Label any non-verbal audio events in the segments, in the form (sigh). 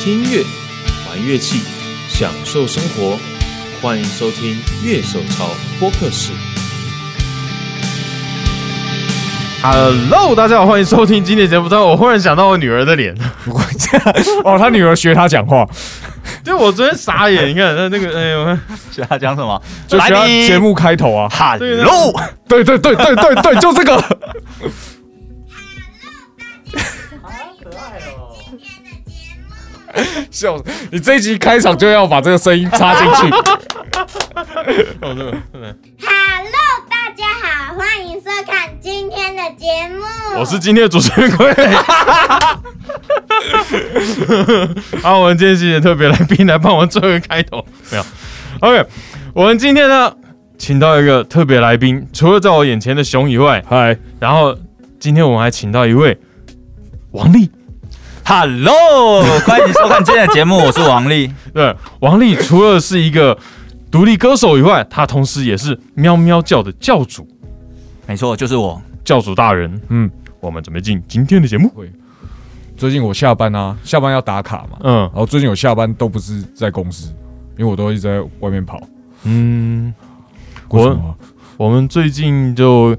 听音乐、玩乐器、享受生活，欢迎收听《乐手潮播客室》。 Hello，大家好，欢迎收听今天的节目。但我忽然想到我女儿的 (laughs) 脸，哦，他女儿学他讲话，就我昨天傻眼，你看那那个，哎呦，是他讲什么？就学他来你节目开头啊。哈对喽，对对对对对对，就这个。笑死！你这一集开场就要把这个声音插进去。我这个，真的 Hello，大家好，欢迎收看今天的节目。我是今天的主持人各位。好，我们今天谢谢特别来宾来帮我做个开头，没有？OK，我们今天呢，请到一个特别来宾，除了在我眼前的熊以外，嗨，然后今天我们还请到一位王丽。哈 (laughs) 喽，欢迎收看今天的节目，我是王丽。对，王丽除了是一个独立歌手以外，她同时也是喵喵叫的教主，没错，就是我。教主大人。嗯，我们准备进今天的节目。 (laughs) 最近我下班啊，下班要打卡嘛。嗯然后最近我下班都不是在公司，因为我都一直在外面跑。嗯，为我什么？我们最近就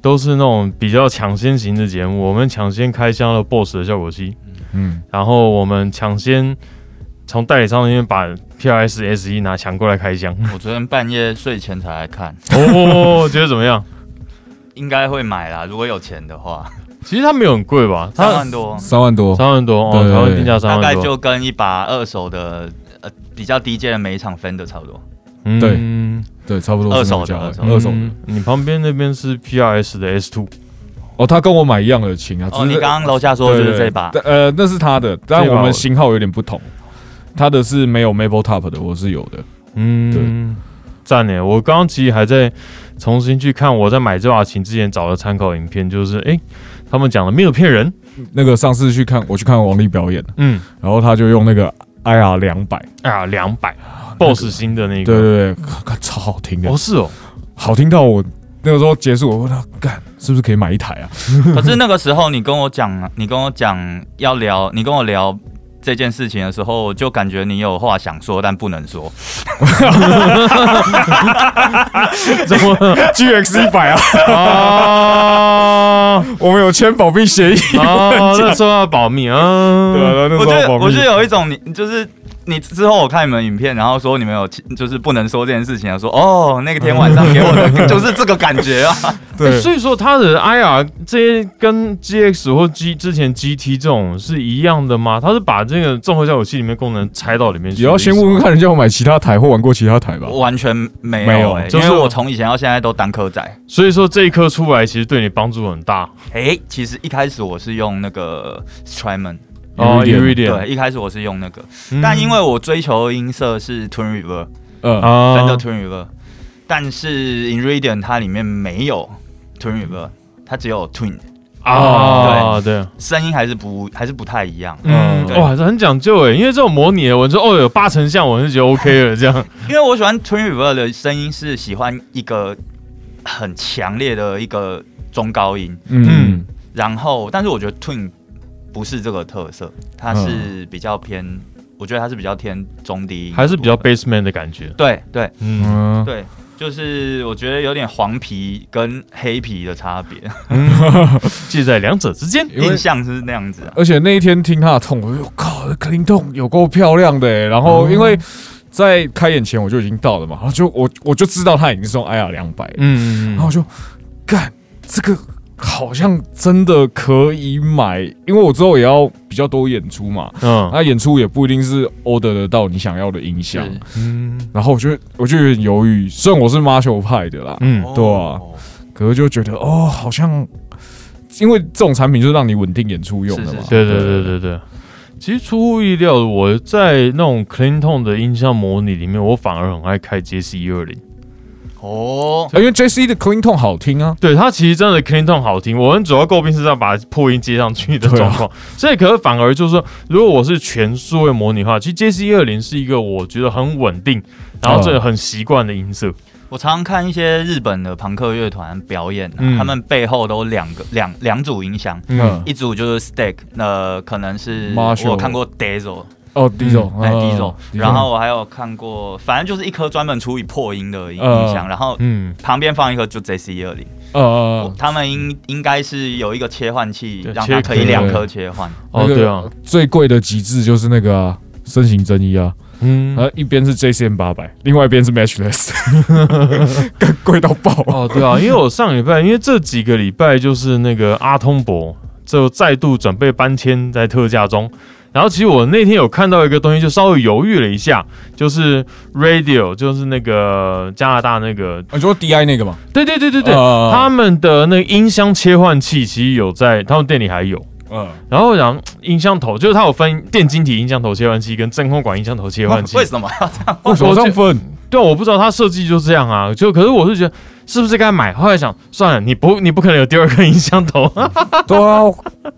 都是那种比较抢先型的节目，我们抢先开箱了 BOSS 的效果器，嗯，然后我们抢先从代理商那边把 PRS S 一拿抢过来 (laughs) 开箱。我昨天半夜睡前才来看，哦，觉得怎么样？应该会买啦，如果有钱的话，其实它没有很贵吧？三它万多，三万多，三万多哦，对台湾定价三大万多，概就跟一把二手的呃比较低阶的每一场 Fender 差不多。哦对嗯对，差不多是这个价位二手的二手的嗯。你旁边那边是 PRS 的 S Two，哦，他跟我买一样的琴啊，只哦，是你刚刚楼下说的就是这把对，呃，那是他的，但这把我我们型号有点不同。他的是没有 Maple Top 的，我是有的。嗯，赞呢。我刚刚其实还在重新去看我在买这把琴之前找的参考影片，就是诶，他们讲的没有骗人，那个上次去看，我去看王力表演，嗯然后他就用那个 IR 两百，啊，两百 BOSS 新的那对个，对对，看超好听的哦，是 (laughs) 哦，好听到我那个时候结束，我问他干是不是可以买一台啊？ (laughs) 可是那个时候你跟我讲，你跟我讲要聊，你跟我聊这件事情的时候，我就感觉你有话想说，但不能说。怎么 GX 一百啊， (laughs) 啊我们有签保密协议，啊？那说要保密啊， (laughs) 对吧？那 (laughs) 我时觉候得保我密觉得有一种你就是你之后我看你们影片，然后说你们有就是不能说这件事情啊，说哦那个天晚上给我 (laughs) 的就是这个感觉 (laughs) 啊，欸对，所以说它的 IR 这些跟 GX 或 G 之前 GT 这种是一样的吗？它是把这个综合效果器里面功能拆到里面去也的意要思先吗？问问看人家有买其他台或玩过其他台吧。嗯我完全没有、没有欸就是因为我从以前到现在都单科仔。所以说这一颗出来其实对你帮助很大哎、其实一开始我是用那个 Strymon，哦 Iridium ，Iridium。对，一开始我是用那个，嗯但因为我追求的音色是 Twin River，嗯，啊 Fender Twin River，但是 Iridium 它里面没有 Twin River，它只有 Twin，啊，对，声音还是不还是不太一样。嗯，对哇，这很讲究哎，因为这种模拟的，我就哦有八成像，我就觉得 OK 了，(laughs) 这样，因为我喜欢 Twin River 的声音是喜欢一个很强烈的一个中高音，嗯，然后但是我觉得 Twin 不是这个特色，它是比较偏，我觉得它是比较偏中低音，嗯还是比较 basement 的感觉，对对嗯，嗯，对，就是我觉得有点黄皮跟黑皮的差别，介在两者之间，因为印象哎是那样子啊。而且那一天听他的痛，我就靠，克林痛有够漂亮的、欸。然后因为在开演前我就已经到了嘛，然后就我我就知道他已经是用 IR 两百，嗯，然后我就干这个好像真的可以买，因为我之后也要比较多演出嘛，哎嗯那演出也不一定是 order 得到你想要的音响。嗯然后我就我就有点犹豫，虽然我是 Marshall 派的啦，嗯，对啊哦可是就觉得哦，好像因为这种产品就是让你稳定演出用的是嘛是。对对对对对。其实出乎意料的，我在那种 Clinton 的音效模拟里面，我反而很爱开 JC 一二零。哦，啊因为 J C 的 Clean Tone 好听啊，对它其实真的 Clinton 好听，我们主要诟病是要把破音接上去的状况，所以可是反而就是说，如果我是全数位模拟的话，其实 JC 一二零是一个我觉得很稳定，然后这个很习惯的音色，我常常看一些日本的朋克乐团表演、啊，嗯他们背后都两个两两组音箱，嗯一组就是 Stack，那、可能是 Marshall 啊我有看过 Dazzle，哦，Diesel，哎嗯 d i 嗯然后我还有看过，反正就是一颗专门出以破音的音嗯音箱，然后嗯，旁边放一颗就 JC 二零，呃，他们应应该是有一个切换器对，让它可切以割两颗切换。哦，对啊，，最贵的极致就是那个啊，身形真一啊，嗯，呃，一边是 JCM 八百，另外一边是 Matchless，更贵到爆啊！哦，对啊，因为我上礼拜，因为这几个礼拜就是那个阿通博就再度准备搬迁在特价中。然后其实我那天有看到一个东西，就稍微犹豫了一下，就是 Radio，就是那个加拿大那个，你说 DI 那个嘛？对对对对对，呃他们的那个音箱切换器其实有在他们店里还有。呃，然后讲音箱头，就是它有分电晶体音箱头切换器跟真空管音箱头切换 (laughs) 器为。什么？为什么这样分？对啊，我不知道它设计就这样啊，就可是我是觉得是不是该买？后来想算了，你不你不可能有第二个音箱头， (laughs) 对啊，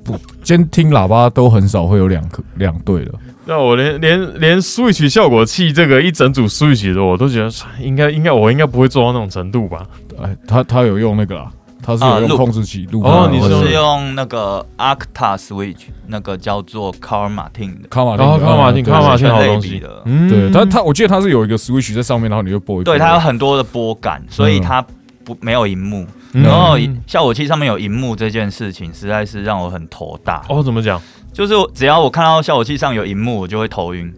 不，监听喇叭都很少会有两颗两对了。那啊我连连连 Switch 效果器这个一整组 Switch 的我都觉得哎应该应该我应该不会做到那种程度吧？哎，他他有用那个啦，他是啊有用录控制器录的。哦你我是 (laughs) 是用用那个 Arcta Switch，那个叫做 Carl Martin 的，哦卡马丁然后的，卡马丁对卡马是丁全好类东比西的嗯对，但他我记得他是有一个 Switch 在上面，然后你就播一播。对，它有很多的波感，所以嗯它不没有荧幕。嗯然后效果器上面有荧幕这件事情，实在是让我很头大。哦怎么讲？就是我只要我看到效果器上有荧幕，我就会头晕，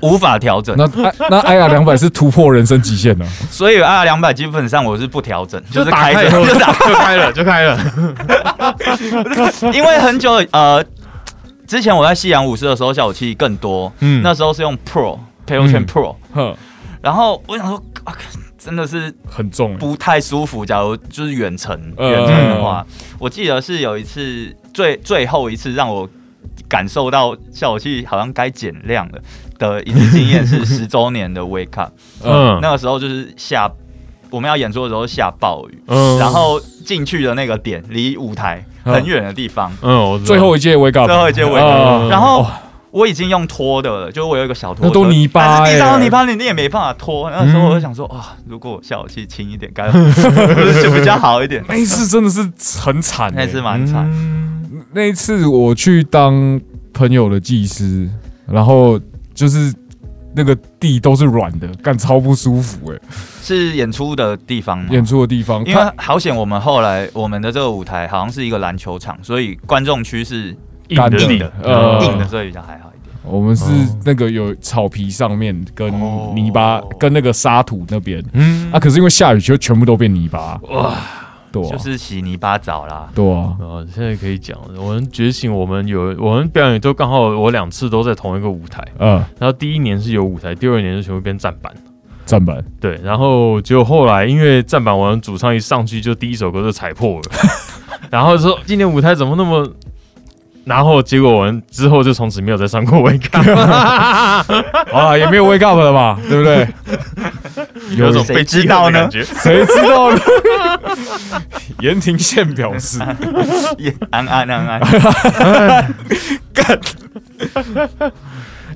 无无法调整。那哎那 IR 两百是突破人生极限了。所以 R 两百基本上我是不调整，就是打开开着了就打 (laughs) 就开了就开了，因为很久呃，之前我在西洋武士的时候，效果器更多，嗯那时候是用 Pro 配用嗯圈 Pro，、哼，然后我想说，啊、真的是很重欸。不太舒服。假如就是远程嗯呃远程的话，我记得是有一次最最后一次让我感受到效果器好像该减量了的一次经验 (laughs) 是十周年的 Wake Up，嗯那个时候就是下。我们要演出的时候下暴雨，嗯然后进去的那个点离舞台很远的地方， (laughs) 嗯我知道最后一届 Wake Up，最后一届 Wake Up 啊然后哇我已经用拖的了，就是我有一个小拖车，那都泥巴嗯但是地上欸都泥巴，你你也没办法拖。那时候我就想说，啊，如果我效果器轻一点，该 (laughs) 就比较好一 (laughs) 点。那一次真的是很惨欸，那次蛮惨，嗯那一次我去当朋友的技师，然后就是那个地都是软的，干超不舒服哎、是演出的地方吗？演出的地方，因为好险，我们后来我们的这个舞台好像是一个篮球场，所以观众区是干硬的硬的，呃硬的，所以比较还好一点。我们是那个有草皮上面跟哦泥巴、跟那个沙土那边嗯啊，可是因为下雨就全部都变泥巴，哇对啊，就是洗泥巴澡 (laughs) 啦，对啊，哦，现在可以讲，我们觉醒，我们有我们表演都刚好，我两次都在同一个舞台。呃，然后第一年是有舞台，第二年就全部变站板。站板，对，然后就后来因为站板，我们主唱一上去就第一首歌就踩破了， (laughs) 然后说今年舞台怎么那么……然后结果我们之后就从此没有再上过 (laughs) Wake Up，啊，也没有 Wake Up 了嘛，对不 (laughs) 对？有种被谁知击道倒的呢感觉。谁知道呢？ (laughs) 言庭宪表示，也安安安安。 (laughs)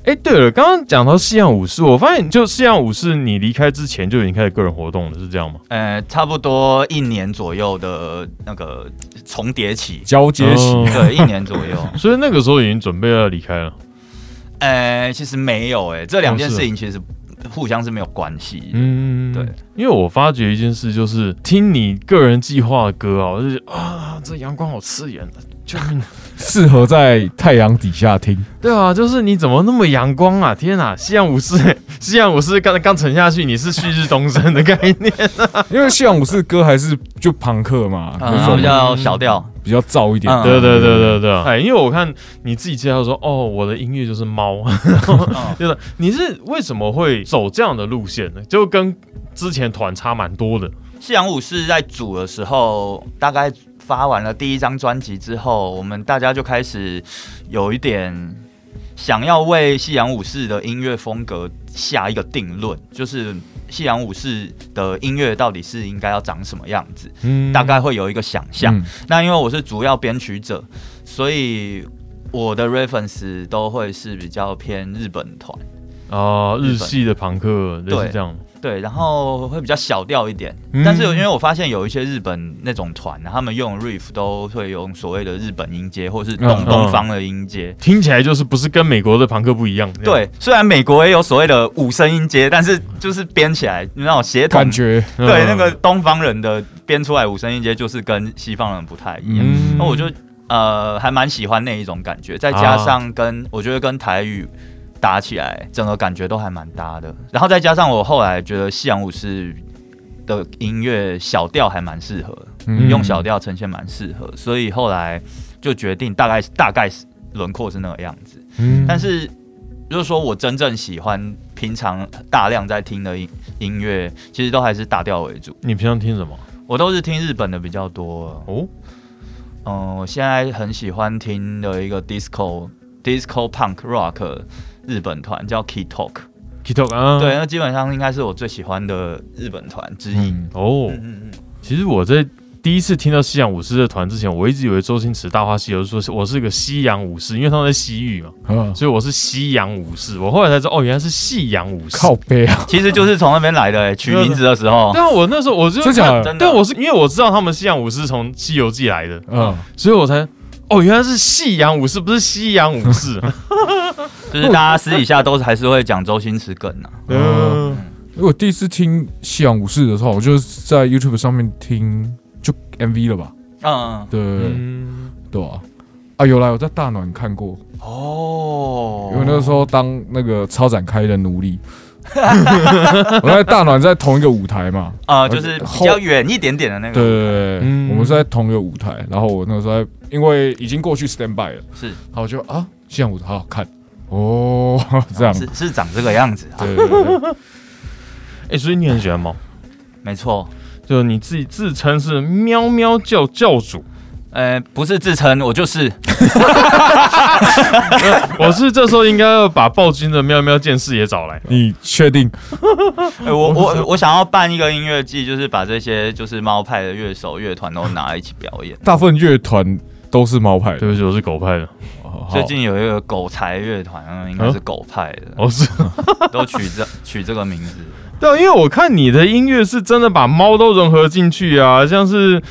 哎，对了，刚刚讲到西洋武士，我发现就西洋武士，你离开之前就已经开始个人活动了，是这样吗？呃，差不多一年左右的那个重叠期，交接期，哦对，一年左右。所以那个时候已经准备要离开了。呃，其实没有哎、这两件哦是啊事情其实互相是没有关系。嗯，对，因为我发觉一件事，就是听你个人计划的歌啊，我就觉得啊，这阳光好刺眼，啊救 (laughs) 命！适合在太阳底下听。对啊，就是你怎么那么阳光啊？天哪，夕阳武士、 (laughs) 夕阳武士刚刚沉下去，你是旭日东升的概念。因为西洋武士歌还是就朋克嘛，嗯，有一然后比较种小调，比较燥一点。嗯 (laughs) 对对对对对，哎，因为我看你自己介绍说，哦，我的音乐就是 (laughs) 猫，就是你是为什么会走这样的路线呢？就跟之前团差蛮多的。夕阳武士在组的时候，大概发完了第一张专辑之后，我们大家就开始有一点想要为夕阳武士的音乐风格下一个定论，就是夕阳武士的音乐到底是应该要长什么样子，嗯大概会有一个想象。嗯那因为我是主要编曲者，所以我的 reference 都会是比较偏日本团。啊、日日本系的朋克类似对这样。对，然后会比较小调一点。嗯但是有因为我发现有一些日本那种团，他们用 riff 都会用所谓的日本音阶，或是嗯东嗯东方的音阶。听起来就是不是跟美国的朋克不一样。这样，对，虽然美国也有所谓的五声音阶，但是就是编起来那种协同感觉嗯对，那个东方人的编出来五声音阶就是跟西方人不太一样，嗯那、我就呃还蛮喜欢那一种感觉，再加啊上跟、我觉得跟台语搭起来，整个感觉都还蛮搭的。然后再加上我后来觉得西洋舞是的音乐小调还蛮适合的，嗯用小调呈现蛮适合，所以后来就决定大概大概是轮廓是那个样子。嗯但是就是说我真正喜欢平常大量在听的音音乐，其实都还是大调为主。你平常听什么？我都是听日本的比较多。哦，嗯，我现在很喜欢听的一个 disco disco punk rock 日本团叫 Key Talk，、 k i t o 啊，对，，那基本上应该是我最喜欢的日本团之一。嗯嗯哦，嗯嗯，其实我在第一次听到西洋舞狮的团之前，我一直以为周星驰《大话西游》说是我是个西洋武士，因为他们在西域嘛，啊所以我是西洋武士。我后来才知道，哦，原来是西洋武士。靠！背啊，其实就是从那边来的、 (laughs) 欸，取名字的时候。但我那时候我就真假的？真的但我是因为我知道他们西洋武士从《西游记》来的，嗯，所以我才哦，原来是西洋武士，不是西洋武士。就是大家私底下都还是会讲周星驰梗啊。嗯，我第一次听西洋武士的时候，我就是在 YouTube 上面听就 MV 了吧？嗯，对嗯对啊，啊有来我在大暖看过，哦因为那时候当那个超展开的 (laughs) 奴隶，我在大暖在同一个舞台嘛，呃，就是比较远一点点的那个。对对对，嗯我们是在同一个舞台，然后我那时候在因为已经过去 stand by 了，是然后我就啊西洋舞台好好看 (laughs) 哦，这样，是是长这个样子啊，对对对 (laughs) 对，哎、所以你很喜欢猫，没错。就你自己自称是喵喵教教主。 (laughs) 呃，不是自称，我就是我是这时候应该要把暴君的喵喵剑士也找来。你确定？欸、我我我想要办一个音乐季，就是把这些就是猫派的乐手乐团都拿来一起表演。大部分乐团都是猫派的对，不起，我是狗派的。哦好最近有一个狗才乐团，嗯应该是狗派的，哦，是都取这取这个名字。 (laughs) 对啊，因为我看你的音乐是真的把猫都融合进去啊，像是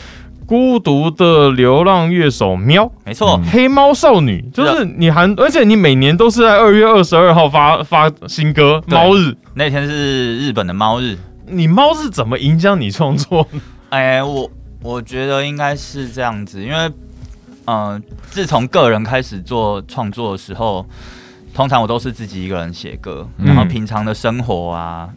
孤独的流浪乐手喵、没错，黑猫少女，就是你还，而且你每年都是在二月二十二号发发新歌《对猫日》，那天是日本的猫日。你猫是怎么影响你创作？哎、我我觉得应该是这样子，因为嗯、呃自从个人开始做创作的时候，通常我都是自己一个人写歌，嗯然后平常的生活啊，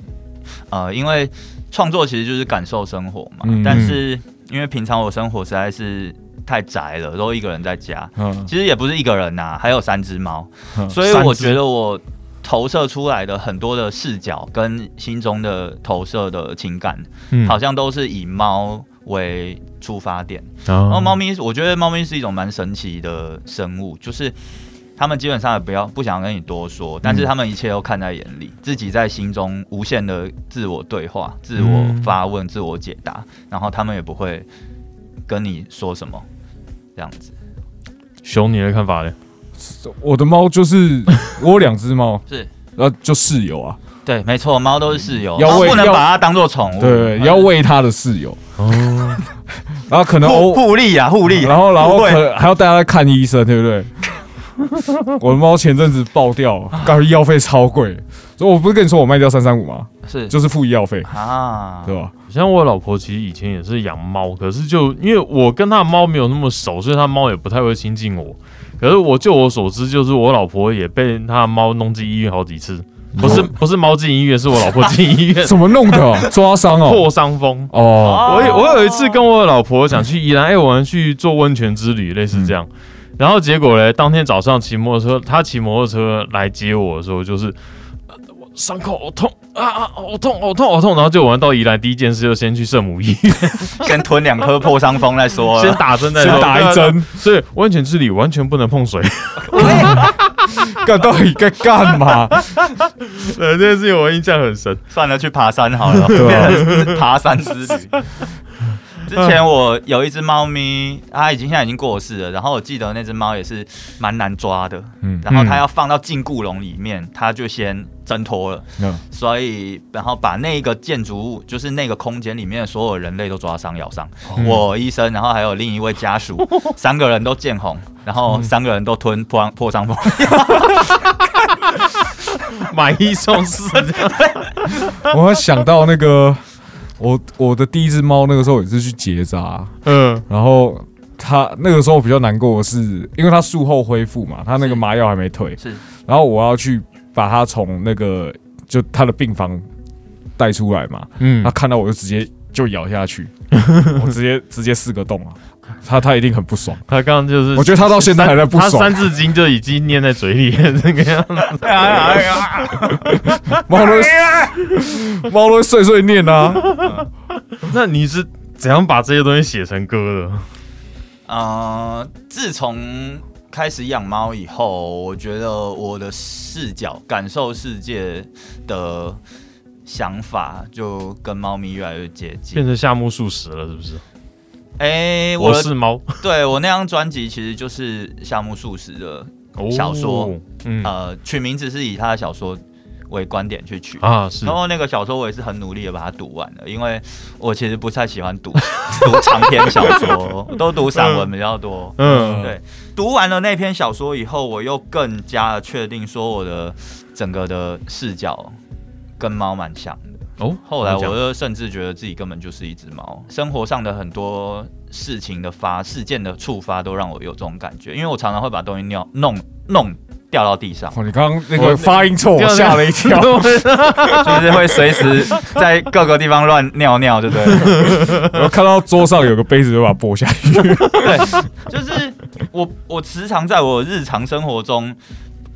呃，因为创作其实就是感受生活嘛，嗯但是因为平常我生活实在是太宅了，都一个人在家，嗯其实也不是一个人呐、还有三只猫，嗯所以三只我觉得我投射出来的很多的视角跟心中的投射的情感，嗯好像都是以猫为出发点。嗯然然后猫咪，我觉得猫咪是一种蛮神奇的生物，就是它们基本上也不要不想跟你多说，但嗯是它们一切都看在眼里，自己在心中无限的自我对话、自我嗯发问、自我解答，然后它们也不会跟你说什么，这样子熊，你的看法呢？我的猫就是 (laughs) 我有两只猫，是。然后就室友啊，对，没错，猫都是室友，要猫喂不能要把它当做宠物，对，要喂它的室友，哦， (laughs) 然后可能互偶，互利啊，互利。然后然后互惠可还要带它看医生，对不 (laughs) 对？我的猫前阵子爆掉，感觉医药费超贵，所以我不是跟你说我卖掉三三五吗？是就是付医药费，啊，对吧？像我老婆其实以前也是养猫，可是就因为我跟她的猫没有那么熟，所以她猫也不太会亲近我。可是我就我所知，就是我老婆也被她的猫弄进医院好几次，不是不是猫进医院，是我老婆进医 (laughs) 院怎么弄的 (laughs) 啊？抓伤哦，破伤风。哦，哦我有我有一次跟我老婆想去宜兰，哎、我们去做温泉之旅，类似这样。然后结果嘞，当天早上骑摩托车，她骑摩托车来接我的时候，就是呃我伤口好痛啊啊，好痛好痛好痛。然后就我们到宜兰第一件事就先去圣母医院。先吞两颗破伤风再说先了。打针再哦先说打一。针，所以温泉之旅完全不能 (laughs) 碰水，干到底该干嘛？ (laughs) 对这件事情我印象很深。 (laughs) 算了，去爬山好了，对啊变成爬山之旅。之前我有一只猫咪，它已经现在已经过世了。然后我记得那只猫也是蛮难抓的，嗯然后它要放到禁锢笼里面，它就先挣脱了，嗯所以然后把那个建筑物，就是那个空间里面的所有人类都抓伤咬伤。嗯我医生，然后还有另一位家属，三个人都见红，然嗯后三个人都吞破破伤风。买一送四这 (laughs) 样，我还想到那个，我我的第一只猫那个时候也是去结扎，啊嗯，然后它那个时候比较难过的是，因为它术后恢复嘛，它那个麻药还没退，是然后我要去把它从那个就它的病房带出来嘛，嗯它看到我就直接就咬下去， (laughs) 我直接直接四个洞啊，它它一定很不 (laughs) 爽，他刚刚就是，我觉得他到现在还在不他爽三字经就已经念在嘴里了，这个 (laughs) 样子。猫都会猫都会碎碎念啊，那你是怎样把这些东西写成歌的？呃，自从开始养猫以后，我觉得我的视角、感受世界的想法就跟猫咪越来越接变近。成夏目漱石了，是不是？哎、我我的是猫，对我那张专辑其实就是夏目漱石的，哦小说，嗯呃，取名字是以他的小说为观点去取。啊是然后那个小说我也是很努力的把它读完了，因为我其实不太喜欢读读长篇小 (laughs) 说，我都读散文比较多。嗯对，读完了那篇小说以后，我又更加的确定说我的整个的视角跟猫蛮像的。哦，后来我怎么讲就甚至觉得自己根本就是一只猫，生活上的很多事情的发事件的触发都让我有这种感觉，因为我常常会把东西尿弄弄掉到地 (laughs) 上，哦，你刚刚那个发音错，我吓了一跳。对就是会随时在各个地方乱尿尿，对不对了？ (laughs) 然后看到桌上有个杯子，就把它拨下去。对，就是我我时常在我日常生活中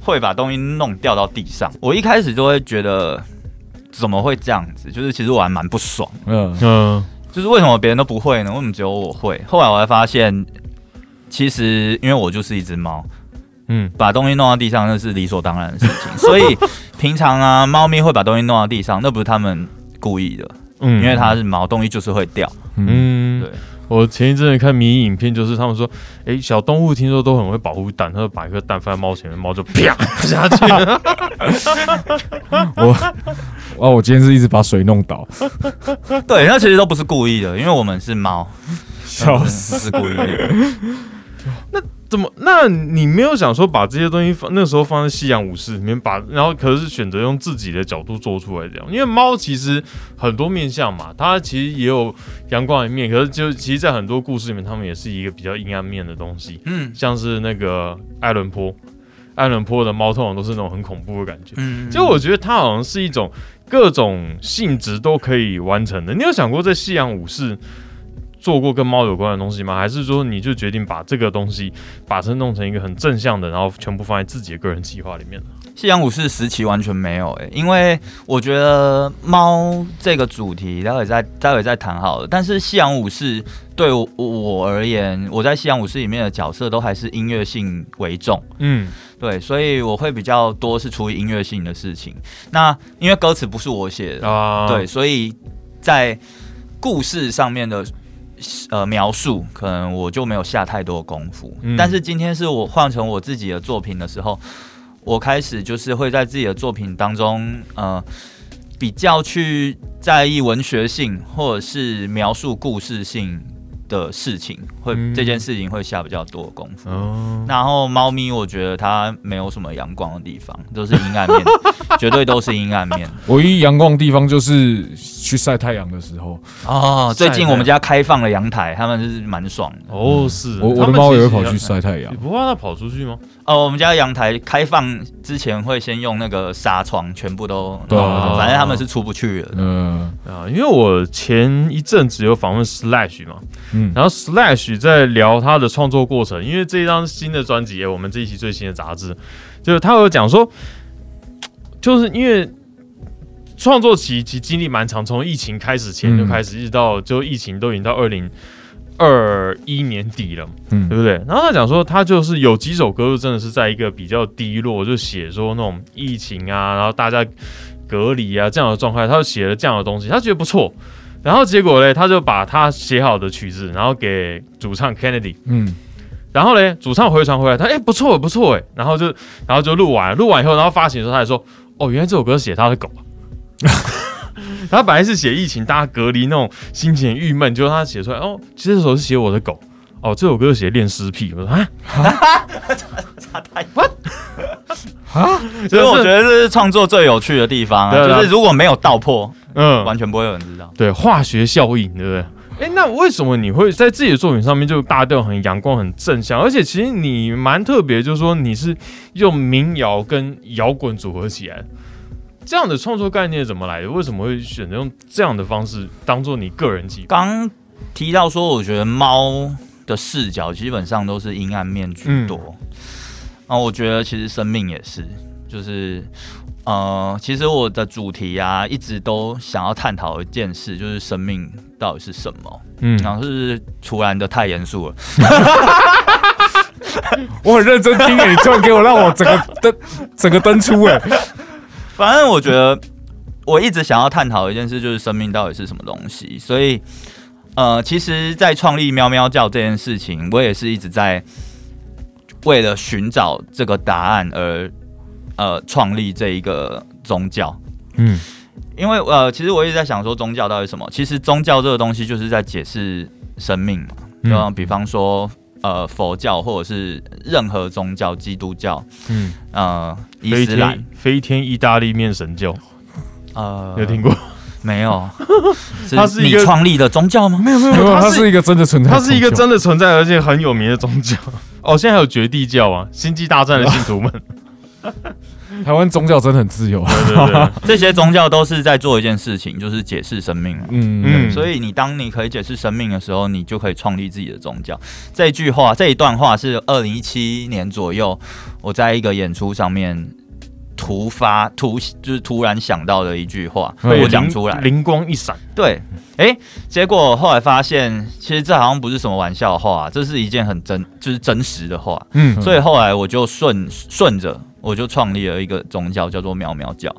会把东西弄掉到地上，我一开始就会觉得怎么会这样子，就是其实我还蛮不爽，嗯， (laughs) 嗯就是为什么别人都不会呢？为什么只有我会？后来我才发现，其实因为我就是一只猫。嗯把东西弄到地上那是理所当然的事情，所以平常啊，猫咪会把东西弄到地上，那不是它们故意的，嗯因为它是毛，东西就是会掉。嗯对。我前一阵子看迷影片，就是他们说，诶，小动物听说都很会保护蛋，他就把一颗蛋放在猫前面，猫就啪下去。 (laughs) 我哦，我今天是一直把水弄倒，对，那其实都不是故意的，因为我们是猫，笑死。不是故意的。怎么？那你没有想说把这些东西放那时候放在西洋武士里面把，然后可是选择用自己的角度做出来这样，因为猫其实很多面相嘛，它其实也有阳光的一面，可是就其实，在很多故事里面，它们也是一个比较阴暗面的东西，嗯像是那个爱伦坡，爱伦坡的猫通常都是那种很恐怖的感觉，嗯，就我觉得它好像是一种各种性质都可以完成的。你有想过在西洋武士做过跟猫有关的东西吗？还是说你就决定把这个东西把它弄成一个很正向的，然后全部放在自己的个人计划里面了？夕阳武士时期完全没有诶、因为我觉得猫这个主题待会再待会再谈好了。但是夕阳武士对我我而言，我在夕阳武士里面的角色都还是音乐性为重，嗯对，所以我会比较多是出于音乐性的事情。那因为歌词不是我写的，啊，对，，所以在故事上面的呃描述，可能我就没有下太多的功夫。嗯但是今天是我换成我自己的作品的时候，我开始就是会在自己的作品当中，呃，比较去在意文学性或者是描述故事性的事情，会、嗯这件事情会下比较多的功夫。哦，然后猫咪，我觉得它没有什么阳光的地方，都是阴暗面，绝对都是阴暗面。唯一阳光的地方就是去晒太阳的时候，哦，最近晒我们家开放了阳台，他们就是蛮爽的。哦是，我我他的们猫其也实会跑去要。晒太阳你。不怕它跑出去吗？哦，我们家阳台开放之前会先用那个纱窗，全部都对啊反正他们是出不去的。嗯啊，因为我前一阵子有访问 Slash 嘛，嗯，然后 Slash 在聊他的创作过程，因为这一张新的专辑，也我们这一期最新的杂志，就是他有讲说，就是因为创作期其实经历蛮长，从疫情开始前就嗯开始，一直到就疫情都已经到二零二一年底了，嗯对不对？然后他讲说，他就是有几首歌就真的是在一个比较低落，就写说那种疫情啊，然后大家隔离啊这样的状态，他就写了这样的东西，他觉得不错。然后结果嘞，他就把他写好的曲子，然后给主唱 Kennedy，嗯，然后嘞，主唱回传回来，他哎、诶不错不错哎，然后就然后就录完，录完以后，然后发行的时候，他还说哦，原来这首歌写他的狗啊。 (laughs) 他本来是写疫情，大家隔离那种心情郁闷，结果他写出来哦，其实这首是写我的狗，哦，这首歌是写恋尸癖，我说啊， (laughs) 差太远。啊， (laughs) 所以我觉得这是创作最有趣的地方、对啊，啊就是如果没有道破，嗯，完全不会有人知道。对化学效应，对不对？哎，那为什么你会在自己的作品上面就大调很阳光、很正向？而且其实你蛮特别，就是说你是用民谣跟摇滚组合起来，这样的创作概念怎么来的？为什么会选择用这样的方式当做你个人记录？刚提到说，我觉得猫的视角基本上都是阴暗面居多。啊，我觉得其实生命也是，就是呃，其实我的主题啊，一直都想要探讨一件事，就是生命到底是什么。嗯，然后是突然的太严肃了，我很认真听欸诶，你突然给我让我整个灯整个灯出欸诶，反正我觉得我一直想要探讨一件事，就是生命到底是什么东西。所以，呃，其实，在创立喵喵叫这件事情，我也是一直在为了寻找这个答案而呃创立这一个宗教。嗯，因为呃，其实我一直在想说，宗教到底是什么？其实宗教这个东西就是在解释生命嘛。嗯就比方说，呃，佛教或者是任何宗教，基督教，嗯，呃，伊飞斯兰天，飞天意大利面神教呃，有听 (laughs) 过？没有，它它是是一你个创立的宗教吗？没有，没没有，它是一个真的存在的它宗教，是一个真的存在而且很有名的宗教。 (laughs) 哦，现在还有绝地教啊，星际大战的信徒们，台湾宗教真的很自由， (laughs) 对对 (laughs) 对，这些宗教都是在做一件事情，就是解释生命啊。嗯嗯所以你当你可以解释生命的时候，你就可以创立自己的宗教。这一句话，这一段话是二零一七年左右，我在一个演出上面突发突就是突然想到的一句话，被我讲出来。灵光一闪，对，诶，结果后来发现，其实这好像不是什么玩笑话，这是一件很真，就是真实的话。嗯所以后来我就顺顺着，我就创立了一个宗教，叫做喵喵教。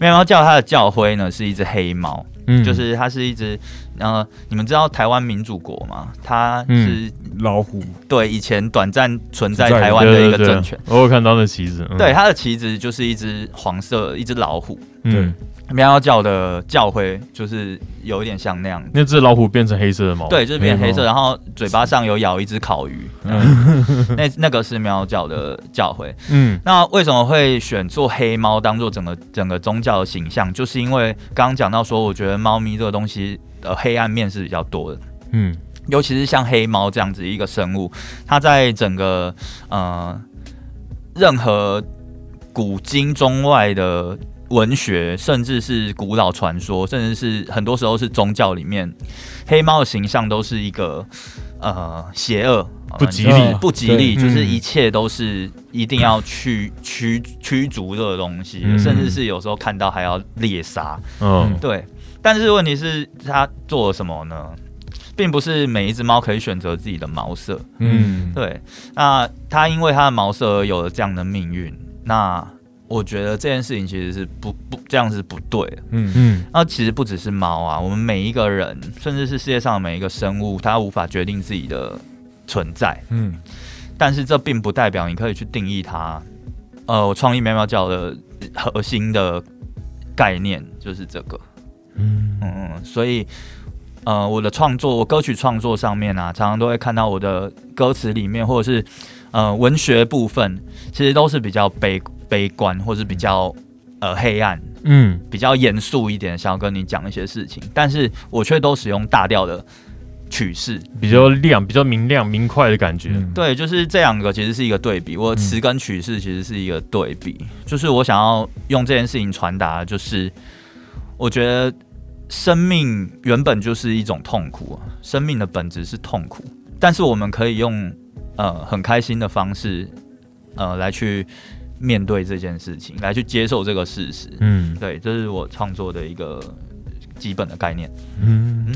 喵喵教它的教徽呢是一只黑猫，嗯就是它是一只，呃，你们知道台湾民主国吗？嗯它是、老虎，对以前短暂存在存在台的湾的一个政权。对对嗯对我有看到那旗子，嗯对，它的旗帜就是一只黄色，一只老虎。嗯，喵喵教的教徽就是有一点像那样子，那只老虎变成黑色的猫，对，就是变黑色，黑猫嗯然后嘴巴上有咬一只烤鱼，嗯 (laughs) 那那个是喵喵教的教徽。嗯，那为什么会选做黑猫当做整个整个宗教的形象？就是因为刚刚讲到说，我觉得猫咪这个东西的黑暗面是比较多的，嗯尤其是像黑猫这样子一个生物，它在整个呃任何古今中外的文学，甚至是古老传说，甚至是很多时候是宗教里面，黑猫的形象都是一个呃邪恶、呃不吉利就是不吉利，对就是嗯一切都是一定要去驱驱逐的东西，嗯甚至是有时候看到还要猎杀。嗯对，但是问题是它做了什么呢？并不是每一只猫可以选择自己的毛色，嗯，对，那它因为它的毛色而有了这样的命运，那我觉得这件事情其实是不不这样是不对的。嗯嗯那其实不只是猫啊，我们每一个人，甚至是世界上的每一个生物，它无法决定自己的存在，嗯但是这并不代表你可以去定义它。呃，我创立喵喵教的核心的概念就是这个，嗯嗯嗯，所以呃，我的创作，我歌曲创作上面啊，常常都会看到我的歌词里面，或者是呃文学部分，其实都是比较悲悲观，或是比较呃黑暗、嗯比较严肃一点，想要跟你讲一些事情，但是我却都使用大调的曲式。比较亮，比较明亮、明快的感觉，嗯，对，就是这两个其实是一个对比，我的词跟曲式其实是一个对比，就是我想要用这件事情传达，就是我觉得生命原本就是一种痛苦啊，生命的本质是痛苦，但是我们可以用呃很开心的方式，呃来去面对这件事情，来去接受这个事实。嗯对，这是我创作的一个基本的概念。嗯。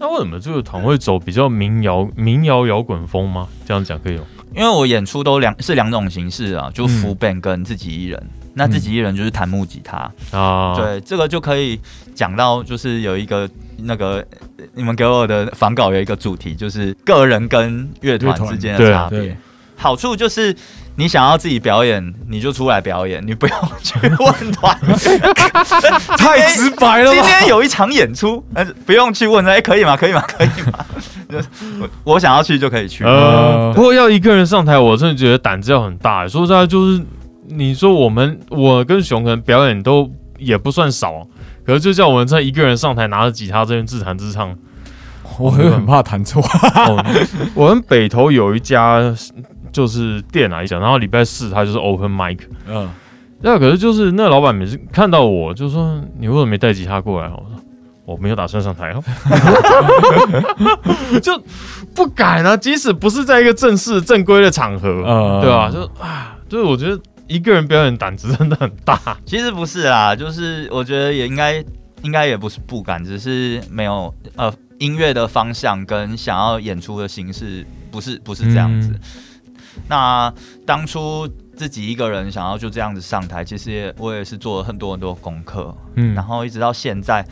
那为什么这个团会走比较民谣、民谣摇滚风吗？这样讲可以吗？因为我演出都两是两种形式啊，就嗯 full band 跟自己一人。那自己一人就是弹木吉他，啊，嗯对，这个就可以讲到，就是有一个那个呃你们给我的访稿有一个主题，就是个人跟乐团乐团之间的对差别对。好处就是你想要自己表演，你就出来表演，你不要去问团。 (laughs) 太直白了今吧？天有一场演出，但是不用去问，哎、可以吗？可以吗？可以吗？ (laughs) 就是我我想要去就可以去。呃嗯，不过要一个人上台，我真的觉得胆子要很大。说实在，就是你说我们，我跟熊可能表演都也不算少，可是就叫我们这一个人上台拿着吉他这边自弹自唱。我会很怕弹错，哦、我们北投有一家就是店来讲，然后礼拜四他就是 open mic，嗯，那可是就是那老板每次看到我就说你为什么没带吉他过来？我说我没有打算上台哦， (laughs) 就不敢啊，即使不是在一个正式正规的场合，嗯对吧？就啊，就是我觉得一个人表演胆子真的很大，其实不是啦，就是我觉得也应该，应该也不是不敢，只是没有呃音乐的方向跟想要演出的形式不是不是这样嗯子。那当初自己一个人想要就这样子上台，其实也我也是做了很多很多功课，嗯然后一直到现在。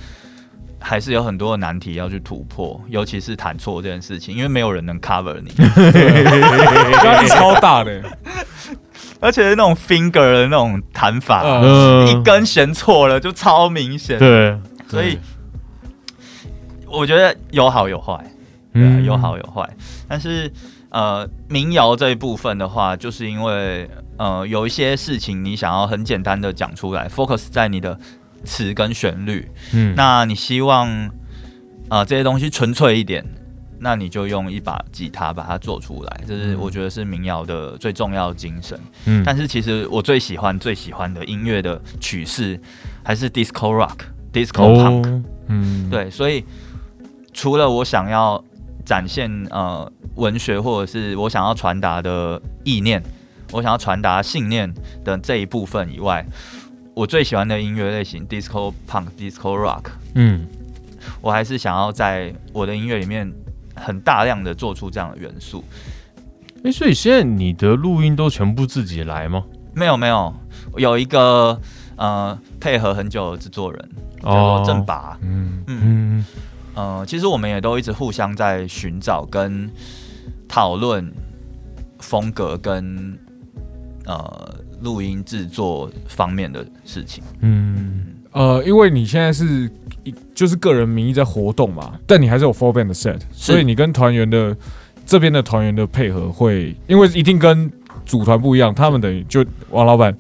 还是有很多的难题要去突破，尤其是弹错这件事情，因为没有人能 cover 你， (laughs) 压力超大的，欸而且那种 finger 的那种弹法，嗯一嗯，根弦错了就超明显。对，所以我觉得有好有坏，对、嗯啊，有好有坏。但是呃，民谣这一部分的话，就是因为呃有一些事情你想要很简单的讲出来，focus 在你的词跟旋律，嗯，那你希望呃这些东西纯粹一点。那你就用一把吉他把它做出来，这是我觉得是民谣的最重要的精神。嗯但是其实我最喜欢最喜欢的音乐的曲式还是 disco rock、disco punk，、哦，嗯，对，所以除了我想要展现呃文学或者是我想要传达的意念，我想要传达信念的这一部分以外，我最喜欢的音乐类型 disco punk、disco rock，嗯我还是想要在我的音乐里面很大量的做出这样的元素。哎，所以现在你的录音都全部自己来吗？没有没有，有一个呃配合很久的制作人叫做郑拔，嗯嗯嗯，呃，其实我们也都一直互相在寻找跟讨论风格跟呃录音制作方面的事情。嗯呃，因为你现在是一就是个人名义在活动嘛，但你还是有 four band 的 set，所以你跟团员的这边的团员的配合会，因为一定跟组团不一样，他们等于就王老 (laughs) 板，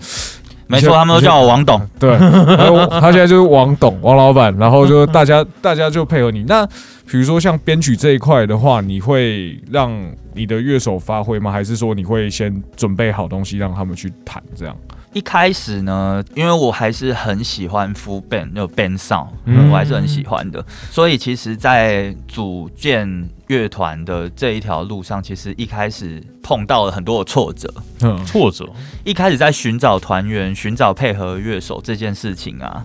没错，他们都叫我王董。对，然后他现在就是王董王老板，然后就大 (laughs) 家大家就配合你。那比如说像编曲这一块的话，你会让你的乐手发挥吗？还是说你会先准备好东西让他们去弹这样？一开始呢，因为我还是很喜欢 full band 那种 band sound，、嗯我还是很喜欢的，所以其实，在组建乐团的这一条路上，其实一开始碰到了很多的挫折。嗯，挫折，一开始在寻找团员、寻找配合乐手这件事情啊，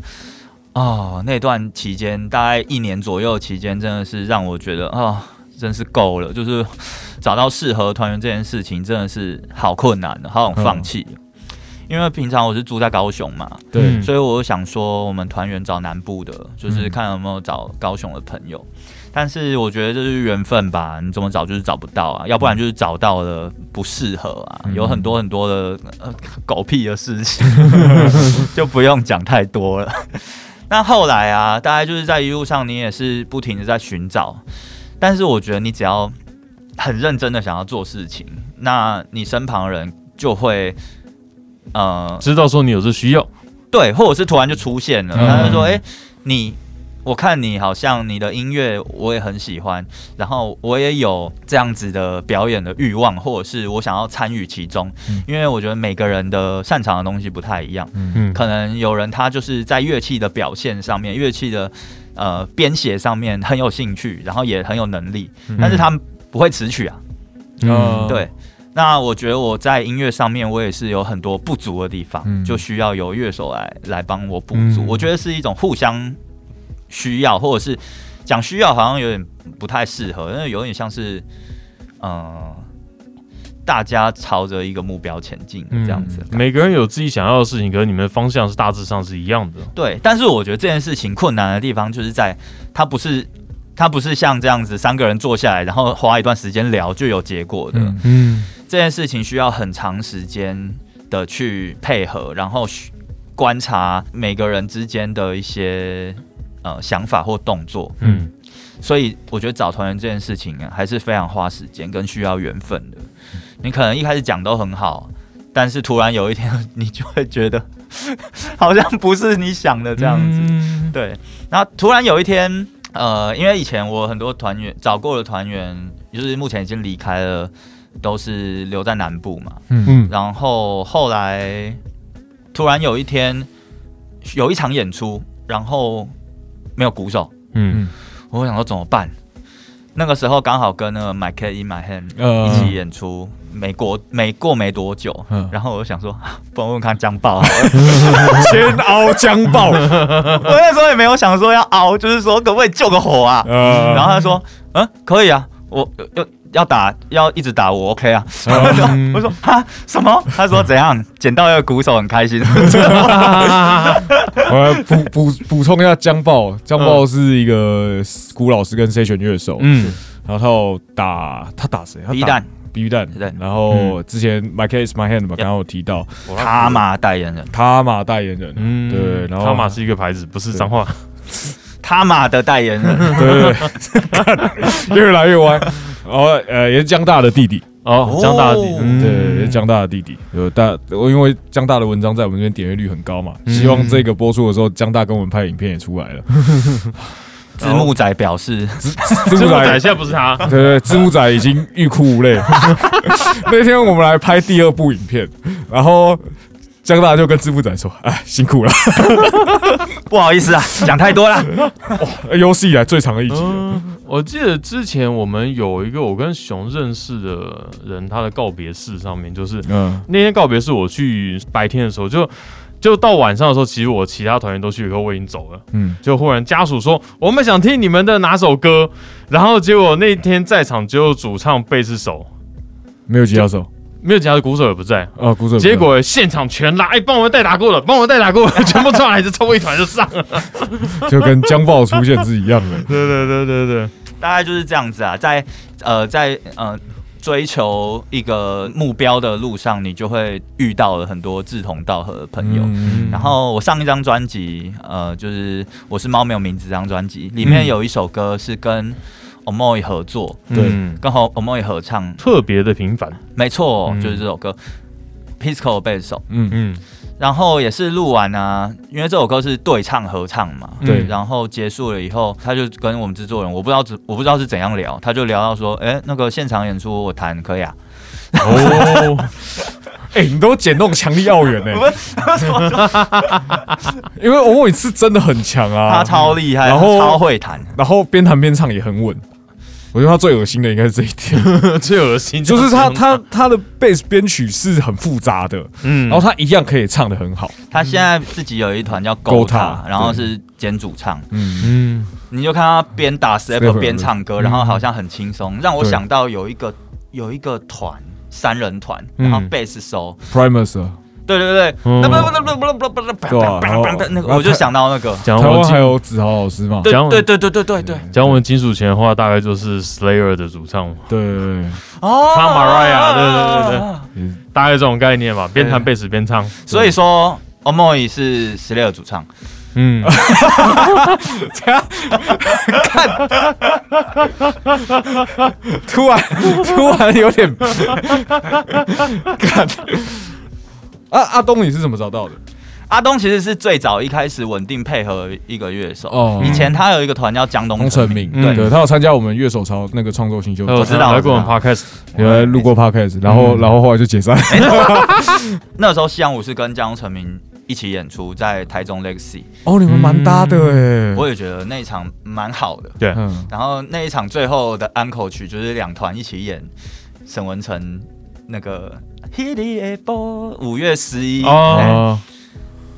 哦，那段期间大概一年左右的期间，真的是让我觉得啊、哦，真是够了，就是找到适合团员这件事情，真的是好困难的，好想放弃。因为平常我是住在高雄嘛，对，嗯所以我就想说，我们团员找南部的，就是嗯看有没有找高雄的朋友。但是我觉得这是缘分吧，你怎么找就是找不到啊，要不然就是找到了不适合啊，嗯有很多很多的、呃、狗屁的事 (laughs) 情，就不用讲太多了。 (laughs) 那后来啊，大概就是在一路上，你也是不停的在寻找，但是我觉得你只要很认真的想要做事情，那你身旁的人就会呃知道说你有这需要，对，或者是突然就出现了，嗯他就说：“哎、你，我看你好像你的音乐我也很喜欢，然后我也有这样子的表演的欲望，或者是我想要参与其中，嗯因为我觉得每个人的擅长的东西不太一样，嗯，可能有人他就是在乐器的表现上面、乐器的呃编写上面很有兴趣，然后也很有能力，但是他们不会词曲啊，嗯对，那我觉得我在音乐上面，我也是有很多不足的地方，嗯就需要有乐手来来帮我补足。嗯我觉得是一种互相需要，或者是讲需要好像有点不太适合，因为有点像是，嗯、呃大家朝着一个目标前进的这样子的嗯感觉。每个人有自己想要的事情，可是你们的方向是大致上是一样的。对，但是我觉得这件事情困难的地方就是在它不是它不是像这样子三个人坐下来，然后花一段时间聊就有结果的。嗯嗯，这件事情需要很长时间的去配合，然后去观察每个人之间的一些呃想法或动作。嗯，所以我觉得找团员这件事情啊，还是非常花时间跟需要缘分的。你可能一开始讲都很好，但是突然有一天 (laughs) 你就会觉得好像不是你想的这样子。子，对，然后突然有一天，呃，因为以前我很多团员找过的团员，就是目前已经离开了，都是留在南部嘛。嗯然后后来突然有一天有一场演出，然后没有鼓手，嗯我想说怎么办？那个时候刚好跟那个 My Cat in My Hand 呃一起演出，美国没过没多久，嗯然后我就想说， (laughs) 不然问问看江 (laughs) 爆好了，煎熬姜 (laughs) 爆，我那时候也没有想说要熬，就是说可不可以救个火啊？呃然后他说，嗯，可以啊，我要要打，要一直打我 OK 啊。我说哈什么？他说怎样？捡到一个鼓手很开心。 (laughs) 我来补补补充一下姜爆，姜爆是一个古老师跟 C 选乐手，嗯然后他有打他打谁？他打 B 蛋 B 蛋对对，然后之前 My Case My Hand 嘛，刚刚有提到他嘛代言人，他嘛代言人，嗯，对，然后他马是一个牌子，不是脏话。他嘛的代言 (laughs) 人， (laughs) 对对对， (laughs) 越来越歪。然后呃，也是江大的弟弟，哦，江大底， (laughs) 嗯对，也是江大的弟弟。有大，我因为江大的文章在我们这边点阅率很高嘛，希望这个播出的时候，江大跟我们拍影片也出来了。字幕仔表示字这幕个仔仔，现在不是他， (laughs) 对对，字幕仔已经欲哭无泪。 (laughs) 那天我们来拍第二部影片，然后江大就跟字幕仔说：“哎，辛苦了，不好意思啊，讲太多了。 (laughs) 有史以来最长的一集了。嗯，我记得之前我们有一个我跟熊认识的人，他的告别式上面，就是”嗯，那天告别式，我去白天的时候就。就到晚上的时候，其实我其他团员都去，可我已经走了。嗯嗯，就忽然家属说我们想听你们的哪首歌，然后结果那天在场只有主唱、贝斯手，没有吉他手没有其他的鼓手也不在。啊，鼓手。结果现场全拉，哎、帮我们代打过了，帮我们代打过了， (laughs) 全部出来就凑一团就上了。就跟江爆出现是一样 (laughs) 的。对对对对对，大概就是这样子啊，在呃在呃追求一个目标的路上，你就会遇到了很多志同道合的朋友。嗯然后我上一张专辑，呃，就是我是猫没有名字这张专辑，里面有一首歌是跟 Omoy 合作，对嗯跟 Omoy 合唱，特别的频繁。没错，嗯就是这首歌。Pisco 贝斯手，嗯，嗯， (laughs) 然后也是录完啊，因为这首歌是对唱合唱嘛，对然后结束了以后，他就跟我们制作人，我不知道怎我不知道是怎样聊，他就聊到说，哎，那个现场演出我弹可以啊，哦， (laughs) 哎、你都捡那种强力澳元呢、 (laughs) 因为欧伟是真的很强啊他，超厉害，然后嗯他超会弹，然后边弹边唱也很稳。我觉得他最恶心的应该是这一点，最恶心就是他他他的贝斯编曲是很复杂的，嗯然后他一样可以唱的很好。他现在自己有一团叫 Go Go Ta， Ta，然后是兼主唱，嗯，嗯你就看他边打 step Step 嗯边唱歌，然后好像很轻松，让我对想到有一个有一个团三人团，嗯然后贝斯手， Primus，啊对对对，嗯那不不不不不不不不对啊然后不那然个后我就他想到那个，讲台我湾还金有子豪老师嘛？对讲对对对对对对，讲我金属前的话，大概就是 Slayer 的主唱，对对哦他 Mariah，对对对对嗯对，也大概这种概念吧，边弹贝斯边唱。啊所以说 Omoy 是 Slayer 主唱，嗯，突然突然有点，干阿阿东，你是怎么找到的？阿东其实是最早一开始稳定配合一个乐手，哦以前他有一个团叫江东洪成明，嗯对他有参加我们乐手潮那个创作新秀，知道嗯来我过我们知道 Podcast，有来录过 podcast，然后然后后来就解散。哎那时候西洋武士跟江东成明一起演出在台中 Legacy， (laughs) 哦，你们蛮搭的哎。嗯我也觉得那一场蛮好的。对，嗯，然后那一场最后的安口曲就是两团一起演沈文成那个《h i t i b o 五月十一哎哦，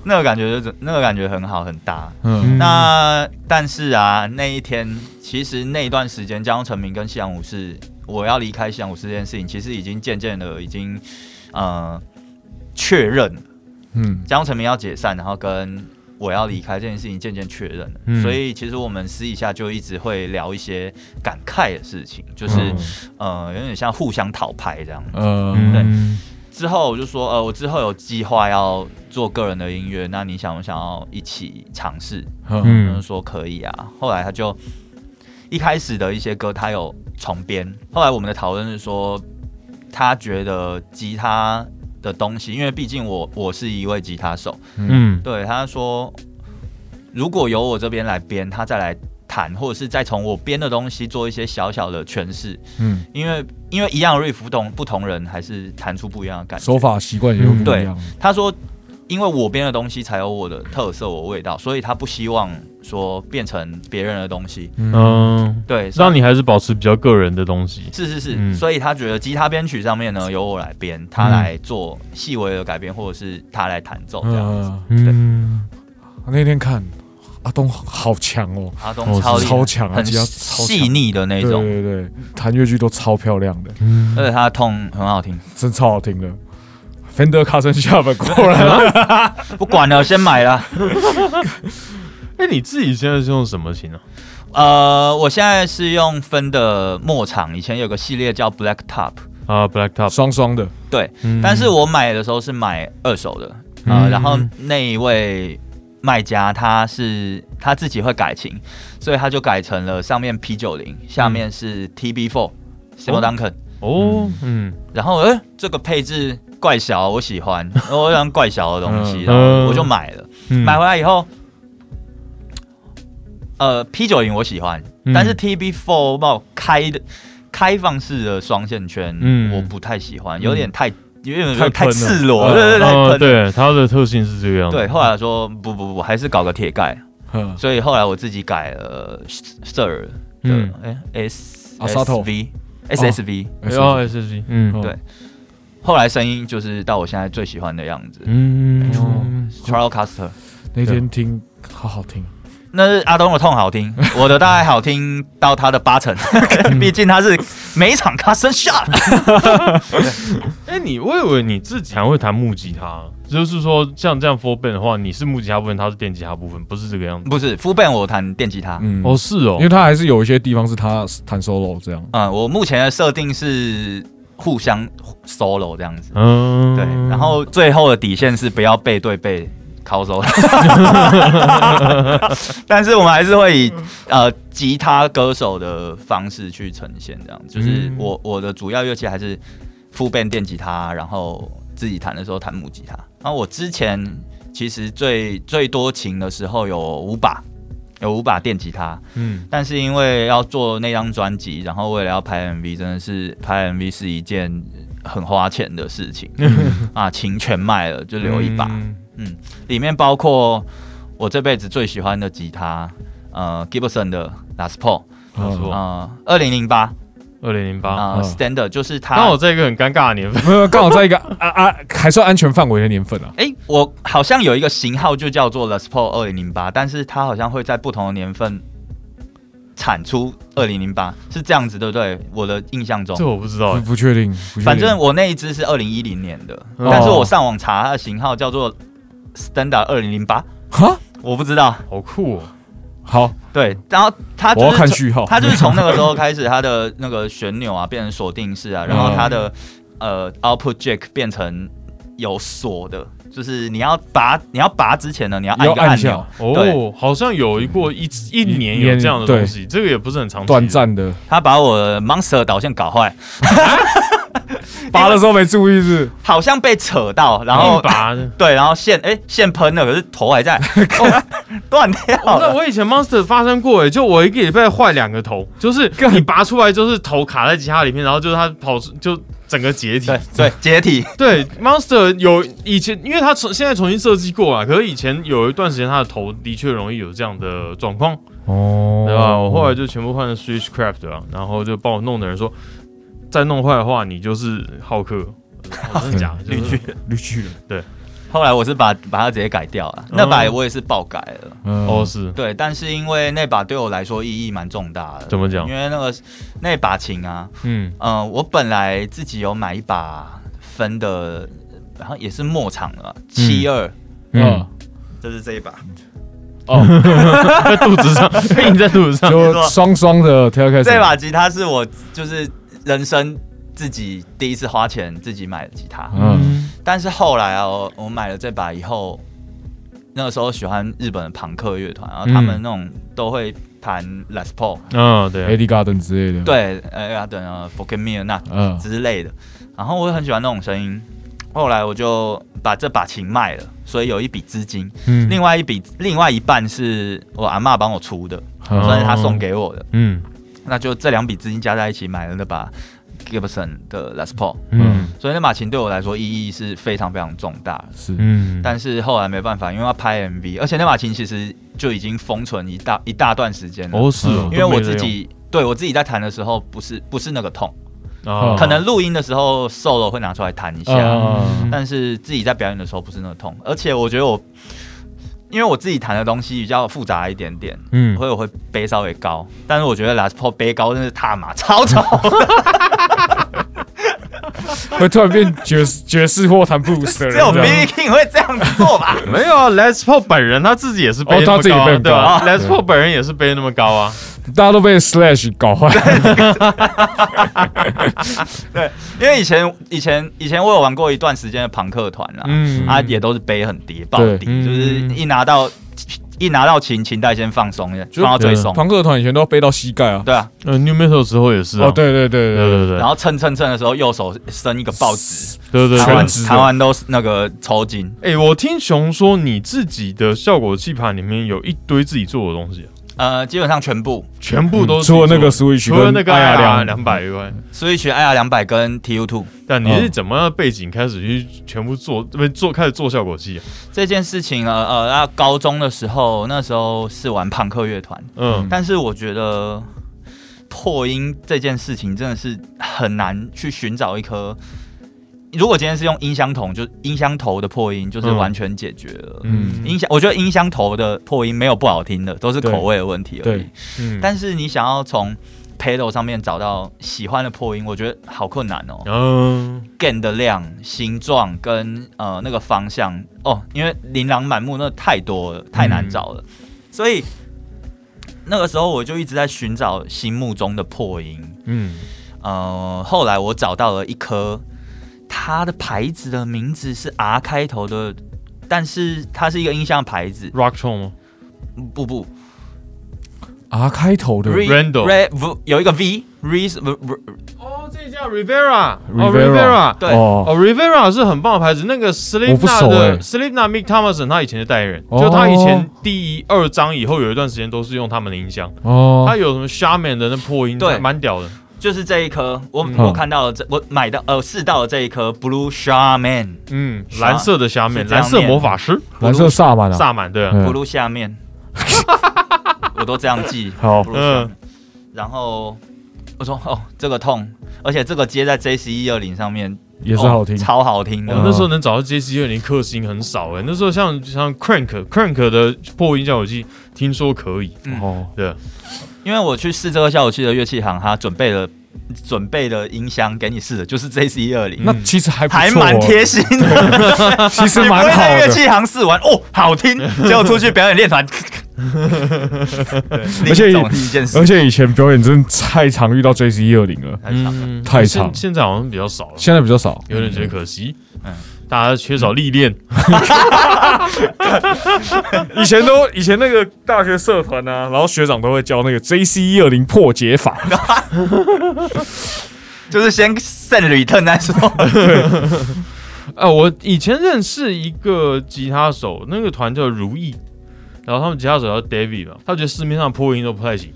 那个感觉就是那个感觉很好很搭。嗯那但是啊，那一天其实那一段时间，江东成明跟西洋武士我要离开西洋舞狮这件事情，其实已经渐渐的已经呃确认了，嗯，江成明要解散，然后跟我要离开这件事情渐渐确认了。嗯所以其实我们私底下就一直会聊一些感慨的事情，就是、呃有点像互相讨拍这样。呃，嗯，之后我就说，呃，我之后有计划要做个人的音乐，那你想不想要一起尝试？嗯嗯，嗯说可以啊。后来他就一开始的一些歌他有重编，后来我们的讨论是说，他觉得吉他的东西，因为毕竟我我是一位吉他手，嗯对他说，如果由我这边来编，他再来弹，或者是再从我编的东西做一些小小的诠释，嗯，因为因为一样的 riff 不同不同人还是弹出不一样的感觉。手法习惯也会不一嗯对样，他说，因为我编的东西才有我的特色、我的味道，所以他不希望说变成别人的东西。嗯，对，所以让你还是保持比较个人的东西。是是是，嗯所以他觉得吉他编曲上面呢由我来编，他来做细微的改变，或者是他来弹奏这样。嗯，嗯，那天看阿东好强哦，阿哦东超厉害超强啊很吉他超强细腻的那对种，对对，弹乐剧都超漂亮的，而且他的痛很好听。真超好听的。Fender 卡森下巴果然，不管了，先买了。哎，你自己现在是用什么琴啊？呃，我现在是用分的末场，以前有个系列叫 Black Top，啊，Black Top。双双的，对，嗯但是我买的时候是买二手的，呃，嗯然后那一位卖家他是他自己会改琴，所以他就改成了上面 P 九嗯零，下面是 TB Four s i m o Duncan，哦，嗯然后哎、这个配置怪小，我喜欢，我喜欢怪小的东西，嗯然后我就买了，嗯，买回来以后。呃，P 九零我喜欢，嗯但是 TB Four 帮我开的开放式的双线圈，嗯我不太喜欢，有点太有点太太喷了赤裸，嗯对对对，太喷哦了对，它的特性是这个样子。对，后来我说不不不，还是搞个铁盖，嗯，所以后来我自己改了 Sir 的嗯哦哎 S 啊，Sato V S S V，然后 SSG，嗯，嗯对后来声音就是到我现在最喜欢的样子嗯， ，Charles Custer。那天听好好听，那是阿东的痛好听，我的大概好听到他的八成，毕竟他是每一场他生下，哎，你我以为你自己还会弹木吉他，啊就是说像这样 four band 的话，你是木吉他部分，它是电吉他部分，不是这个样子。不是 Full Band 我弹电吉他，嗯，哦，是哦因，为他还是有一些地方是他弹 solo 这样，嗯，我目前的设定是互相 solo 这样子，嗯，对，然后最后的底线是不要背对背靠 (laughs) 手，但是我们还是会以呃吉他歌手的方式去呈现，这样就是嗯我我的主要乐器还是 full band 电吉他，然后自己弹的时候弹木吉他。然后我之前其实最最多琴的时候有五把，有五把电吉他，嗯但是因为要做那张专辑，然后为了要拍 MV，真的是拍 MV 是一件很花钱的事情啊，琴全卖了就留一把，嗯里面包括我这辈子最喜欢的吉他，呃，Gibson 的 Les Paul，没嗯错呃，二零零八二零零八，啊嗯，Standard 就是他，刚好在一个很尴尬的年份。没有，刚好在一个啊啊还算安全范围的年份啊，哎、我好像有一个型号就叫做 Les Paul 二零零八，但是它好像会在不同的年份产出二零零八，是这样子对不对？我的印象中这。我不知道不哎、不确定，不确定反正我那一只是二零一零年的，哦但是我上网查它的型号叫做 Standard 二零零八，哈我不知道。好酷哦！好，对，然后它就我是要看从序号，它就是从那个时候开始，它的那个旋钮啊变成锁定式啊，然后它的呃 output jack 变成有锁的，就是你要拔你要拔之前呢，你要按一要个按按下钮。哦，对好像有一过一一年有这样的东西，这个也不是很常见。短暂的，他把我的 monster 导线搞坏，拔的时候没注意是好像被扯到，然一后拔的。对，然后线哎、线喷了，可是头还在，哦断、掉哦那了。我以前 Monster 发生过哎，就我一个礼拜坏两个头，就是你拔出来就是头卡在吉他里面，然后就是它跑出就整个解体对。对，解体。对，Monster 有以前，因为它重现在重新设计过啊，可是以前有一段时间它的头的确容易有这样的状况。哦对吧？我后来就全部换成 Switchcraft 啊，然后就帮我弄的人说，再弄坏的话，你就是好客。我说真的假的？绿就是巨绿巨人，后来我是把把它直接改掉了，那把我也是爆改了。嗯哦，是对，但是因为那把对我来说意义蛮重大的。怎么讲因为那个那把琴啊，嗯嗯、我本来自己有买一把分的，然后也是末场的七二，嗯，这是这一把，哦，在肚子上， (laughs) 印在肚子 (laughs) 上，就双双的跳开始，这把吉他是我就是人生自己第一次花钱自己买的吉他。嗯，但是后来啊，我我买了这把以后，那个时候喜欢日本的朋克乐团，然后他们那种都会弹 Les Paul，、嗯，对 a，d Garden 之类的，，对，呃，啊等啊 f o r g e t Me n o t 嗯之类的，然后我很喜欢那种声音。后来我就把这把琴卖了，所以有一笔资金，嗯另外一笔另外一半是我阿嬷帮我出的，哦嗯算是她送给我的。嗯那就这两笔资金加在一起买了那把 Gibson 的 Les Paul，嗯所以那把琴对我来说意义是非常非常重大的。是，嗯，但是后来没办法，因为要拍 MV，而且那把琴其实就已经封存一大一大段时间了。哦是嗯哦，因为我自己对我自己在弹的时候，不是不是那个痛，哦啊可能录音的时候 solo 会拿出来弹一下，嗯但是自己在表演的时候不是那个痛。而且我觉得我，因为我自己弹的东西比较复杂一点点，嗯，所以我会背稍微高，但是我觉得 last p o 背高真是踏马 (laughs) 超丑，会突然变爵士 (laughs) 爵士或弹布鲁斯的人只有这 B 样， B King 会这样子做吧？ (laughs) 没有啊，Les Paul 本人他自己也是背哦那么他自己高啊背很对吧高？Les Paul 本人也是背那么高啊，大家都被 Slash 搞坏，对，因为以前以前以前我有玩过一段时间的朋克团啦，嗯啊，也都是背很低，爆低，嗯就是一拿到一拿到琴，琴带先放松， (laughs) 放到最松，朋克团以前都要背到膝盖啊，对啊，呃，New Metal 之后也是啊哦，，对对对对对对对，然后蹭蹭蹭的时候，右手伸一个报纸，对对弹对完全。直的弹完都是那个抽筋，哎，我听熊说你自己的效果器盘里面有一堆自己做的东西啊，呃，基本上全部全部都嗯是除了那个自己 Switch，做的除了那个跟嗯 IR 2两两百块， Switch IR 两百跟 TU Two 但你是怎么样的背景开始去全部做，不是做开始做效果器啊？这件事情，呃呃，那高中的时候，那时候是玩朋克乐团，嗯但是我觉得破音这件事情真的是很难去寻找一颗。如果今天是用音箱筒，就是音箱头的破音，就是嗯完全解决了。嗯音箱，我觉得音箱头的破音没有不好听的，都是口味的问题而已对。嗯但是你想要从 pedal 上面找到喜欢的破音，我觉得好困难哦。嗯 gain 的量、形状跟呃那个方向哦，因为琳琅满目，那太多了，太难找了，嗯所以那个时候我就一直在寻找心目中的破音。嗯呃，后来我找到了一颗，它的牌子的名字是 R 开头的，但是它是一个音箱牌子， ，Rock Tone 吗？不不 R 啊开头的 Re- Randall Re- V- 有一个 V Re Re- 哦，这叫 Rivera，Rivera，哦 Rivera，对哦哦，Rivera 是很棒的牌子，那个 Slipknot 我不熟欸的 Slipknot Mick Thompson 他以前的代言人，哦就他以前第一二章以后有一段时间都是用他们的音箱，他哦，有什么 Shaman 的那破音，对蛮屌的。就是这一颗，我、嗯我看到了这，我买到呃试到了这一颗 Blue Shaman 嗯，啥蓝色的下面，是这样蓝色念魔法师蓝色萨满啊，萨满，对啊，嗯 Blue 下 (laughs) 面，我都这样记好 Blue 下面，然后我说哦这个痛，而且这个接在 J C 一二零上面也是好听哦，超好听我的。们那时候能找到 J C 二零克星很少哎、那时候像像 Crank Crank 的破音效果器，听说可以，嗯哦，对，啊因为我去试这个效果器的乐器行，他准备了准备的音箱给你试的，就是 J C 一二零，那其实还不错哦还蛮，贴心的。其实你不蛮会好在乐的，器行试完哦，好听，结果出去表演练 (laughs) 团，而且另一种是一 (laughs) 件事而，且以前表演真的太常遇到 J C 二零了，太长了太现长，现在好像比较少了，现在比较少。有点觉得可惜，嗯大家缺少历练，以前都以前那个大学社团啊，然后学长都会教那个 J C 一二零破解法，就是先 send return 再说。啊，我以前认识一个吉他手，那个团叫如意，然后他们吉他手叫 David 嘛，他觉得市面上破音都不太行，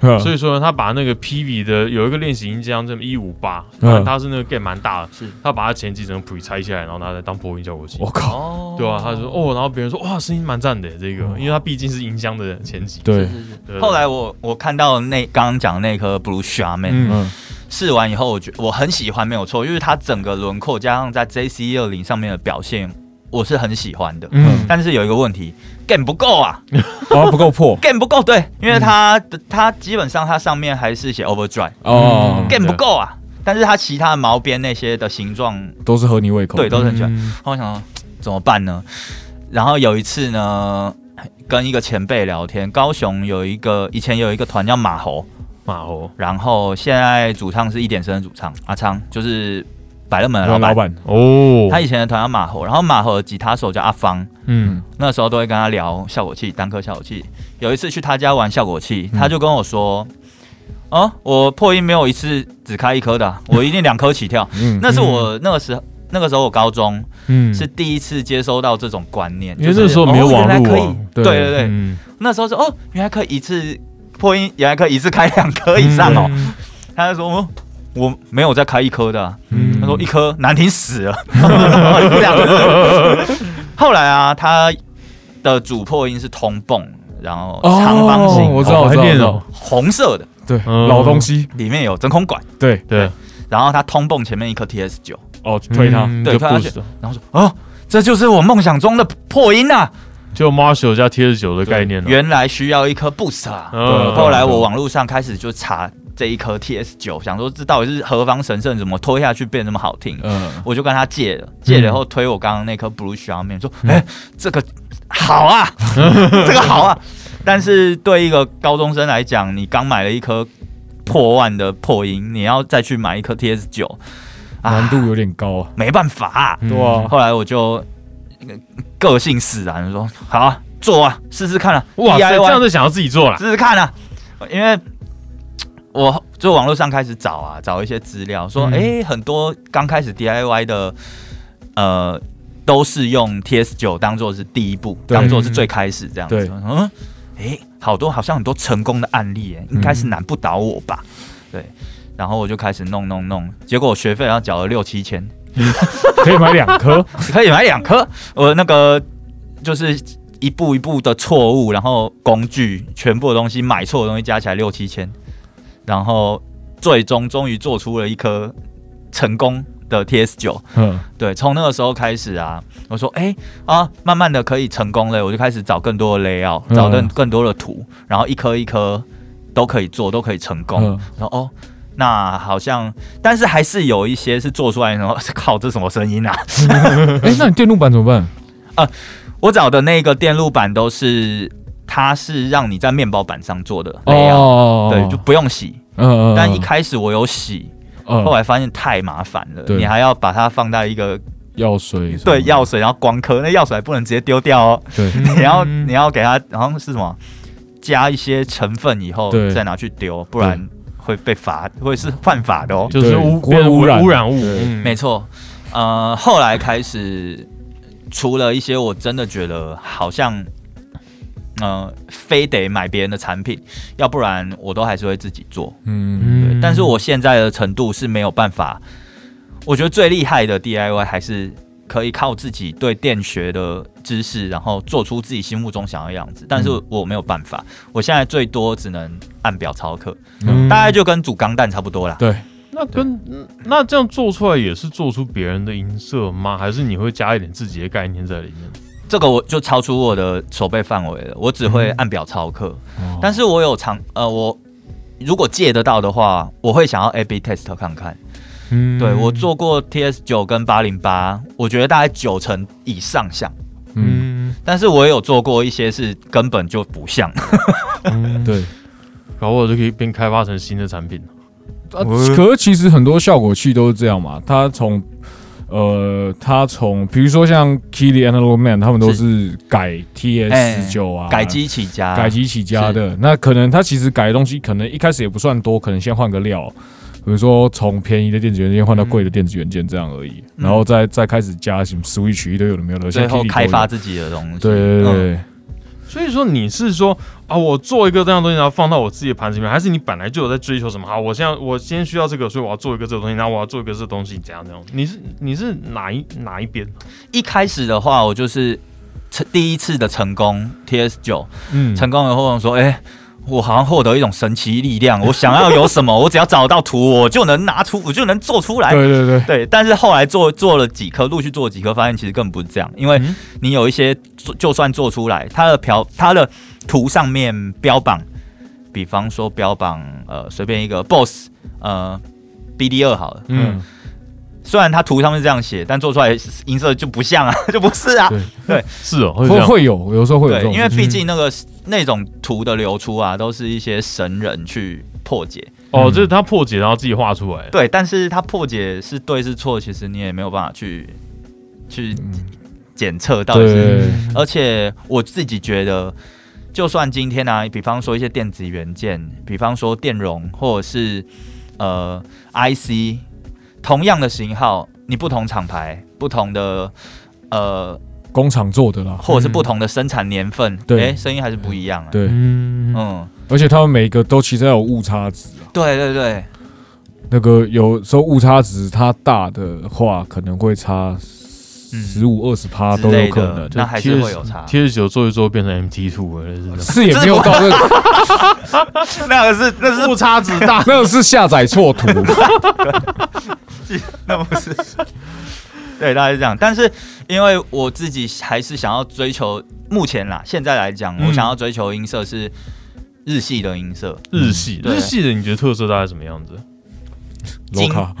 嗯所以说呢，他把那个 PV 的有一个练习音箱，这么一五八，嗯他是那个 gain 蛮大的，是他把它前几层 pre 拆下来，然后拿来当破音效果器我。靠，哦对啊，他说哦，然后别人说哇，声音蛮赞的这个，因为他毕竟是音箱的前几。哦对，对后来我我看到那刚刚讲那颗 Blue Shaman 嗯，试、完 E 以后，我觉我很喜欢，没有错，因为它整个轮廓加上在 J C 二零上面的表现，我是很喜欢的。嗯但是有一个问题，game 不够啊啊不 (laughs) 够破，game 不够，对，因为它的、它基本上它上面还是写 overdrive，game 嗯哦，对不够啊，但是它其他的毛边那些的形状都是合你胃口。对，都是很喜欢。嗯然后我想说怎么办呢？然后有一次呢，跟一个前辈聊天，高雄有一个以前有一个团叫马猴，马猴然后现在主唱是一点生的主唱阿昌，就是百乐门的老老板。板，哦，他以前的团叫马猴，然后马猴的吉他手叫阿芳，嗯那时候都会跟他聊效果器，单颗效果器。有一次去他家玩效果器，他就跟我说：“哦，我破音没有一次只开一颗的啊，我一定两颗起跳。嗯”那是我那个时候，那个时候我高中，嗯是第一次接收到这种观念，因就为是那时候没有哦网络啊原来可以对对对对，嗯那时候是哦，原来可以一次破音，原来可以一次开两颗以上哦。嗯他就说哦，我没有再开一颗的啊、嗯他说一颗难听死 (laughs) 了，这样子。后来啊，他的主破音是通泵，然后长方形、哦我知道，哦我知道，还我练知哦道，红色的，对，嗯老东西，里面有真空管，对，对，然后他通泵前面一颗 TS 九，哦，推他，嗯对就推他 boost 然后说哦，这就是我梦想中的破音啊。就 Marshall 加 T 十九的概念了，原来需要一颗 boost 啊。嗯后来我网络上开始就查这一颗 TS 九，想说这到底是何方神圣，怎么推下去变那么好听？嗯，我就跟他借了，借了以后推我刚刚那颗 blue 上面说，嗯哎、这个好 (laughs) 啊，这个好啊。但是对一个高中生来讲，你刚买了一颗破万的破音，你要再去买一颗 TS 九，难度有点高啊，没办法啊、嗯对啊，后来我就呃个性使然说，好啊，做啊，试试看啊，哇塞， DIY 这样就想要自己做了，试试看啊，因为我就网络上开始找啊，找一些资料，说嗯哎、诶很多刚开始 DIY 的，呃，都是用 TS 九当做是第一步，对当做是最开始这样对子。嗯，哎、好多好像很多成功的案例、嗯诶应该是难不倒我吧？对，然后我就开始弄弄弄，结果我学费要缴了六七千，可以买两颗，可以买两颗。我那个就是一步一步的错误，然后工具全部的东西买错的东西加起来六七千，然后最终终于做出了一颗成功的 TS 九。嗯，对，从那个时候开始啊，我说哎、啊，慢慢的可以成功了，我就开始找更多的 layout，嗯找更更多的图，然后一颗一颗都可以做，都可以成功。嗯然后哦。那好像，但是还是有一些是做出来然后靠，这什么声音啊？哎，那你电路板怎么办？我找的那个电路板都是，它是让你在面包板上做的 layout，、哦，啊对，就不用洗。嗯嗯，但一开始我有洗，后嗯，来发现太麻烦了，对你还要把它放在一个药水，对药，水，然后光刻，那药水还不能直接丢掉哦，对，你要嗯你要给它好像是什么加一些成分以后对再拿去丢，不然会被罚，会是犯法的哦。就是对污国外变污污染污染物，对嗯没错，呃，后来开始，除了一些我真的觉得好像，呃，非得买别人的产品，要不然我都还是会自己做。嗯，嗯但是我现在的程度是没有办法，我觉得最厉害的 DIY 还是可以靠自己对电学的知识，然后做出自己心目中想要的样子。但是嗯我没有办法，我现在最多只能按表操课，嗯大概就跟煮钢蛋差不多啦。对，那跟嗯那这样做出来也是做出别人的音色吗？还是你会加一点自己的概念在里面？这个我就超出我的手背范围了，我只会嗯按表操课，哦但是我有尝呃，我如果借得到的话，我会想要 A/B test 看看。嗯对我做过 TS 九跟八零八，我觉得大概九成以上像，嗯，但是我也有做过一些是根本就不像，嗯，对。搞不好就可以变开发成新的产品了。啊，可是其实很多效果器都是这样嘛，它从呃，它从比如说像 Kili Analog Man，他们都是改 TS 九啊，哎改机起家，改机起家的。那可能它其实改的东西，可能一开始也不算多，可能先换个料，比如说从便宜的电子元件换到贵的电子元件这样而已，嗯然后再再开始加什么 Switch 一堆有的没有的，最像后 Keeley 开发都自己的东西。有对对对嗯对，所以说你是说啊，我做一个这样的东西，然后放到我自己的盘子里面，还是你本来就有在追求什么？好，我现在我先需要这个，所以我要做一个这个东西，然后我要做一个这个东西，怎样怎样？你是你是哪一哪一边？一开始的话，我就是成第一次的成功 TS 九嗯，成功以后，我说哎、我好像获得一种神奇力量，我想要有 (laughs) 什么，我只要找到图，我就能拿出，我就能做出来。对对对，对，但是后来做做了几颗，陆续做了几颗，发现其实根本不是这样，因为嗯你有一些做就算做出来，它的标它的图上面标榜，比方说标榜呃随便一个 boss 呃 BD 二好了，嗯，虽然它图上面是这样写，但做出来音色就不像啊， (laughs) 就不是啊对，是哦，会这会样。会有，有时候会有这对，种事情，因为毕竟那个那种图的流出啊，都是一些神人去破解，哦，这是他破解，然后自己画出来。对，但是它破解是对是错，其实你也没有办法去去检测到底是嗯对，而且我自己觉得，就算今天呢、啊，比方说一些电子元件，比方说电容或者是呃 IC，同样的型号，你不同厂牌、不同的呃，工厂做的啦，或者是不同的生产年份，对诶声音还是不一样啊。，对，嗯，嗯，而且他们每一个都其实要有误差值啊，对对对那个有时候误差值它大的话，可能会差十五二十趴嗯之都有类可的能，，那还是会有差。哦 T 十九做一做变成 MT two 了，真的是也没有到这个，。那个是那是误差值大 (laughs) 那个是下载 (laughs) 错图，那不是。对，大概是这样。但是因为我自己还是想要追求，目前啦，现在来讲，嗯我想要追求音色是日系的音 (laughs) 色。日系，对日系的你觉得特色大概什么样子？罗卡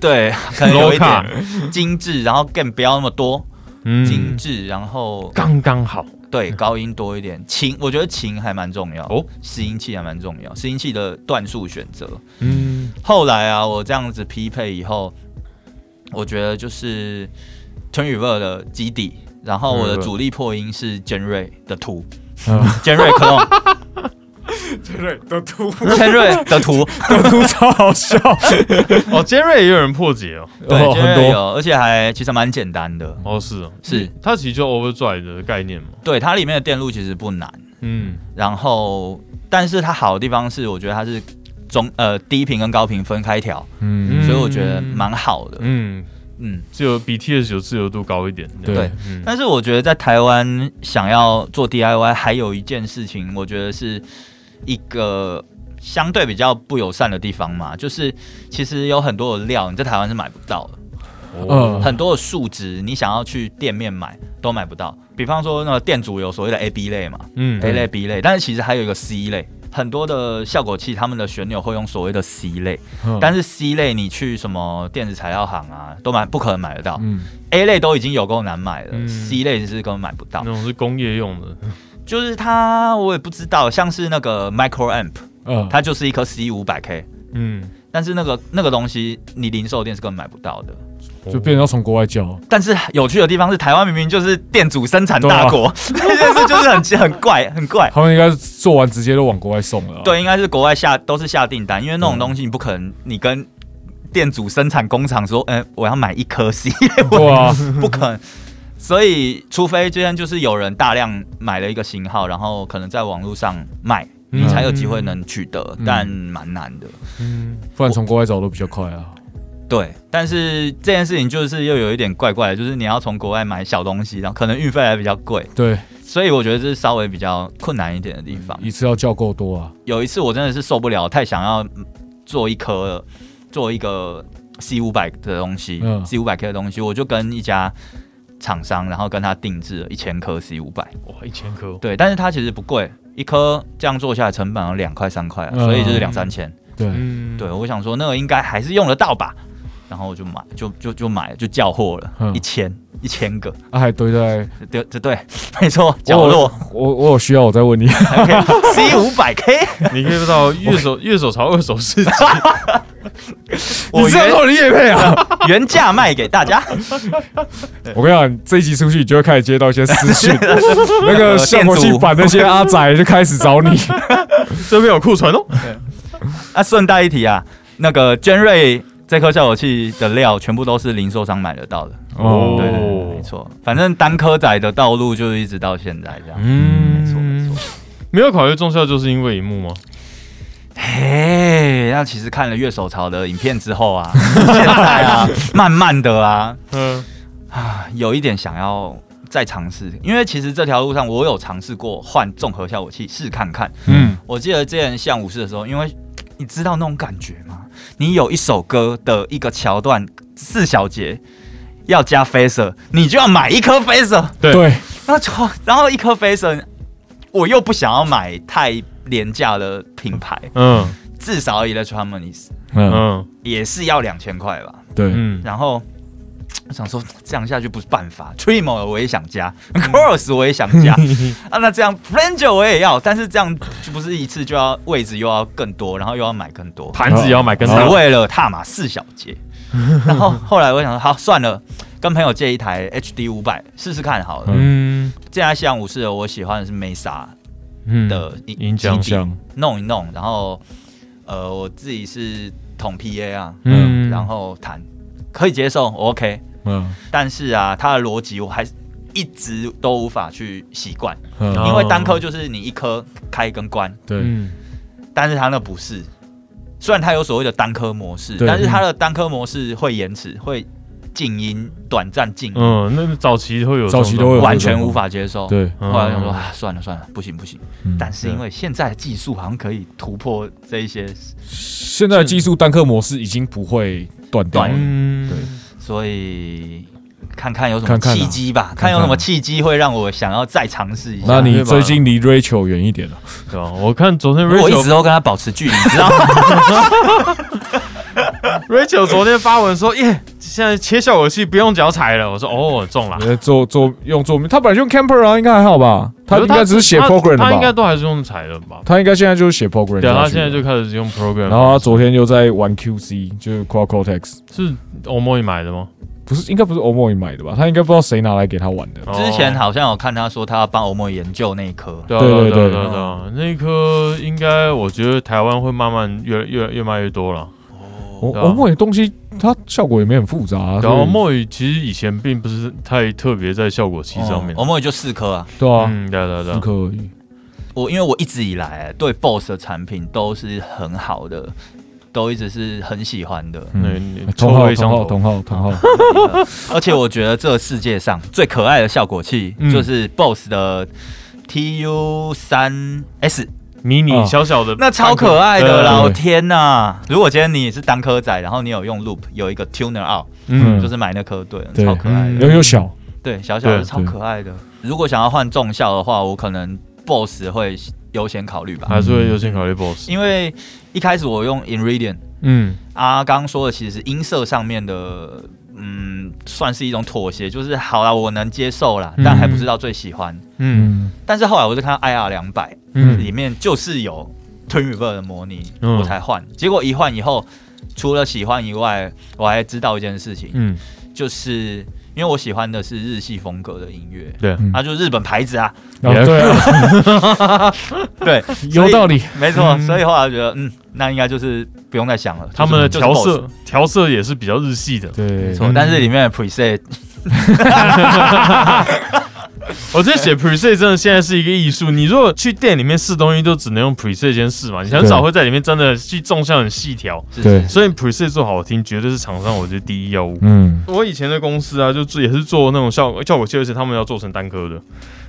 对，可能有一 Low 点精致，然后更不要那么多精嗯，致，然后刚刚好。对嗯高音多一点，琴我觉得琴还蛮重要哦，拾音器还蛮重要，拾音器的段数选择。嗯，后来啊，我这样子匹配以后，我觉得就是 Turn River 的基底，然后我的 Turn River 主力破音是尖锐的图， (laughs) 啊尖锐 clone，对的图尖锐的图，的图超好笑， (laughs) 哦，尖锐也有人破解哦。对，哦尖锐很多有，而且还其实蛮简单的，哦，是哦，是它其实就 overdrive 的概念嘛。对它里面的电路其实不难，嗯，然后但是它好的地方是，我觉得它是中呃低频跟高频分开调，嗯所以我觉得蛮好的，嗯，嗯。自由比 T 十九自由度高一点。对对嗯但是我觉得在台湾想要做 DIY，还有一件事情，我觉得是一个相对比较不友善的地方嘛，就是其实有很多的料你在台湾是买不到的，哦嗯很多的数值你想要去店面买都买不到。比方说那个店主有所谓的 A B 类嘛嗯，A 类 B 类，但是其实还有一个 C 类。很多的效果器，他们的旋钮会用所谓的 C 类，嗯但是 C 类你去什么电子材料行啊，都买不可能买得到。嗯 A 类都已经有够难买了嗯，C 类是根本买不到那。种是工业用的。就是它，我也不知道，像是那个 micro amp，嗯，它就是一颗 C 五百 K，嗯，但是那个那个东西你零售店是根本买不到的。哦就变成要从国外叫，但是有趣的地方是，台湾明明就是电阻生产大国， (laughs) 这件事就是很奇很怪很怪。他们应该是做完直接都往国外送了啊，对，应该是国外下都是下订单，因为那种东西你不可能你跟电阻生产工厂说，哎、我要买一颗 C，哇，不可能。所以，除非今天就是有人大量买了一个型号，然后可能在网络上卖，你才有机会能取得，嗯但蛮难的。嗯，不然从国外找都比较快啊，对，但是这件事情就是又有一点怪怪的，就是你要从国外买小东西，然后可能运费还比较贵，对，所以我觉得这是稍微比较困难一点的地方。一次要叫够多啊，有一次我真的是受不了，太想要嗯做一颗做一个 C 五百的东西、嗯 c 五百 K 的东西，我就跟一家厂商，然后跟他定制了一千颗 C 五百，哇，一千颗。哦对，但是它其实不贵。一颗这样做下来成本要两块三块啊，嗯所以就是两三千。对，嗯，对，我想说那个应该还是用得到吧，然后我就买，就就就买了，就叫货了，嗯一千一千个，啊还堆在对对对，没错，角落我我有需要我再问 (laughs) 你， C 五百 (laughs) K，你可以到 (laughs) 乐手乐手潮二手市集。我这样原我的叶配啊！原价卖给大 (laughs) 家，我跟你讲，这一集出去，你就会开始接到一些私 (laughs) 讯，那呃个效果器版那些阿仔就开始找 (laughs) 你。 (laughs) 这边有库存哦。那顺带一提啊，那个尖锐这颗效果器的料全部都是零售商买得到的，哦对对对，没错，反正单颗仔的道路就一直到现在这样，嗯没错没错。没有考虑中校，就是因为荧幕吗？嘿，那其实看了月手潮的影片之后 (laughs) 啊，现在啊，慢慢的啊，嗯，有一点想要再尝试，因为其实这条路上我有尝试过换综合效果器试看看。嗯，我记得之前像舞狮的时候，因为你知道那种感觉吗？你有一首歌的一个桥段四小节要加 facer，你就要买一颗 facer，对对， (laughs) 那就然后一颗 facer，我又不想要买太廉价的品牌，嗯至少 Electronics 嗯，嗯也是要两千块吧。对，嗯，然后我想说这样下去不是办法，Trimo 我也想加，Cross 嗯我也想 (laughs) 加啊，那这样 f r a n g e 我也要，但是这样就不是一次就要位置又要更多，然后又要买更多，盘子也要买更只大，为了踏马四小 (laughs) 节。然后后来我想说，好算了，跟朋友借一台 HD 五百试试看好了。嗯这台夕阳武士的我喜欢的是 Mesa 嗯的音音响基底香，弄一弄，然后呃我自己是捅 PA 啊，嗯，然后弹可以接受我，OK。嗯但是啊，它的逻辑我还是一直都无法去习惯，嗯，哦因为单颗就是你一颗开跟关，对，嗯但是它那不是。虽然它有所谓的单颗模式，对但是它的单颗模式会延迟，会静音、短暂静音，嗯，那早期会有这种早期都哦会有完全无法接受。对，哦后来想说嗯啊，算了算了，不行不行。嗯但是因为现在的技术好像可以突破这一些，现在的技术单刻模式已经不会断掉了，嗯对所以看看有什么看看啊契机吧，看有什么契机会让我想要再尝试一下。那你最近离 Rachel 远一点了，对吧？我看昨天我一直 Rachel 都跟他保持距离，你知道吗？ Rachel 昨天发文说，耶，现在切效果器不用脚踩了。我说哦，中了你。在做做用做，他本来就用 Camper 啊，应该还好吧？他应该只是写他 program 的他应该吧？都还是用踩的吧？他应该现在就是写 program，对啊，他下去现在就开始用 program，然后他昨天又在玩 QC，就是 Quad Cortex，是欧莫伊买的吗？不是应该不是 Omo 买的吧？他应该不知道谁拿来给他玩的。哦之前好像有看他说他要帮欧盟研究那一颗，对啊对对对啊对啊对对啊对啊，那一颗应该我觉得台湾会慢慢越越越卖越多了。我对啊我哦莫的东西，它效果也没很复杂、啊，然后哦所以莫雨其实以前并不是太特别在效果器上面哦欧，盟也就四颗啊。对啊，嗯，对啊对啊对四啊，颗而已。我因为我一直以来啊对 BOSS 的产品都是很好的，都一直是很喜欢 (laughs) 的。对嗯，你同臭号味相同号投，同号同号，而且我觉得这世界上最可爱的效果器嗯就是 BOSS 的 TU 三 S，迷你哦小小的，那超可爱的啦！对我天哪！如果今天你是单颗仔，然后你有用 Loop 有一个 Tuner Out，嗯，就是买那颗对，对嗯超可爱的。又又小，对，小小的对超可爱的。如果想要换重效的话，我可能 BOSS 会优先考虑吧，还是会优先考虑 BOSS。嗯因为一开始我用 Ingredient 嗯啊，刚刚说的其实是音色上面的，嗯，算是一种妥协，就是好啦，我能接受啦，但还不是到最喜欢。嗯嗯，但是后来我就看到 IR 两百嗯里面就是有 Twin Reverb 的模拟，嗯我才换。结果一换以后，除了喜欢以外，我还知道一件事情，嗯，就是因为我喜欢的是日系风格的音乐，对，嗯啊，就是日本牌子啊，然后对啊，对，有道理。没错，嗯所以后来觉得，嗯，那应该就是不用再想了。他们的就是就调，是色嗯调色也是比较日系的。对 boss，没，错，但是里面的 preset 我觉得写 preset 真的现在是一个艺术。你如果去店里面试东西，都只能用 preset 先试嘛，你很对少会在里面真的去纵向很细调。是对所以 preset 做好听，绝对是厂商我觉得第一要务。嗯，我以前的公司啊，就做也是做那种效效果器，而且他们要做成单颗的，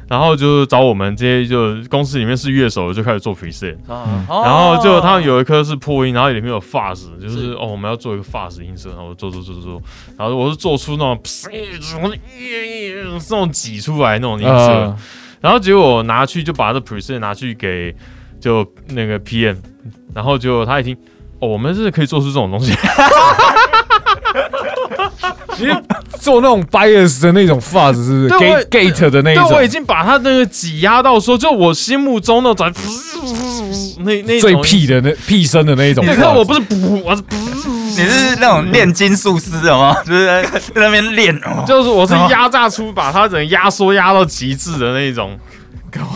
然后就是找我们这些就公司里面是乐手的就开始做 preset，啊然后就他们有有一颗是破音，然后里面有 fuzz，就是是哦我们要做一个 fuzz 音色，然后我做做做做，做，然后我是做出那种噗那种挤出来那种音色呃，，然后结果我拿去就把这 preset 拿去给就那个 PM，然后结果他一听。哦，我们是可以做出这种东西，做那种 bias 的那种 fuzz 是不是对我也？gate gate 的那一但我已种，经把他那个挤压到说，就我心目中那种那那最种屁的那屁声的那一种 fuzz。对，可是我不是补，我是补，你是那种炼金术师的吗？ (laughs) 就是在在那边炼 (laughs) 哦。就是我是压榨出把它整个压缩压到极致的那一种。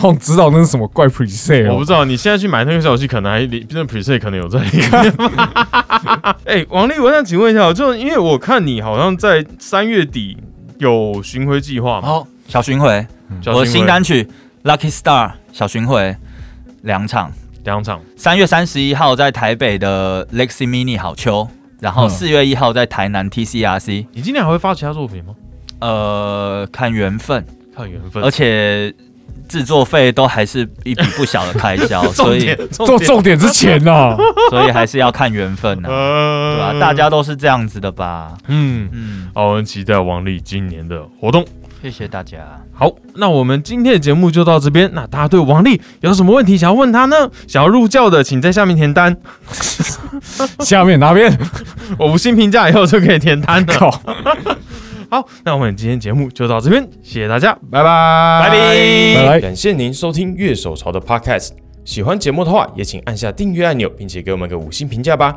我知道那是什么怪 preset，哦我不知道你现在去买那个小器，可能还里那 preset 可能有在里面 (laughs) 吧。哎，王力，我想请问一下，就因为我看你好像在三月底有巡回计划嘛，好，小巡回，叫哦我的巡新回单曲《Lucky Star》小巡回两场，两场，三月三十一号在台北的 Lexi Mini 好秋，然后嗯四月一号在台南 TCRC，你今年还会发其他作品吗？呃，看缘分。靠缘分而。且制作费都还是一笔不小的开 (laughs) 销，所重以点，重重点是钱呐、所以还是要看缘 (laughs) 分呢、啊对呃吧、大家都是这样子的吧？嗯，嗯，好，我们期待王力今年的活动。谢谢大家。好，那我们今天的节目就到这边。那大家对王力有什么问题想要问他呢？想要入教的，请在下面填单。 (laughs) 下面哪边？ (laughs) 我五星评价以后就可以填单的。靠！ (laughs) 好，那我们今天节目就到这边，谢谢大家，拜拜，拜拜。拜拜。感谢您收听乐手潮的 Podcast。喜欢节目的话，也请按下订阅按钮，并且给我们个五星评价吧。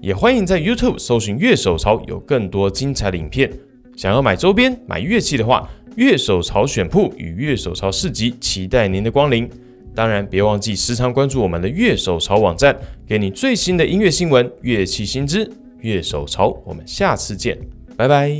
也欢迎在 YouTube 搜寻“乐手潮”，有更多精彩的影片。想要买周边、买乐器的话，乐手潮选铺与乐手潮市集期待您的光临。当然，别忘记时常关注我们的乐手潮网站，给你最新的音乐新闻、乐器新知。乐手潮，我们下次见，拜拜。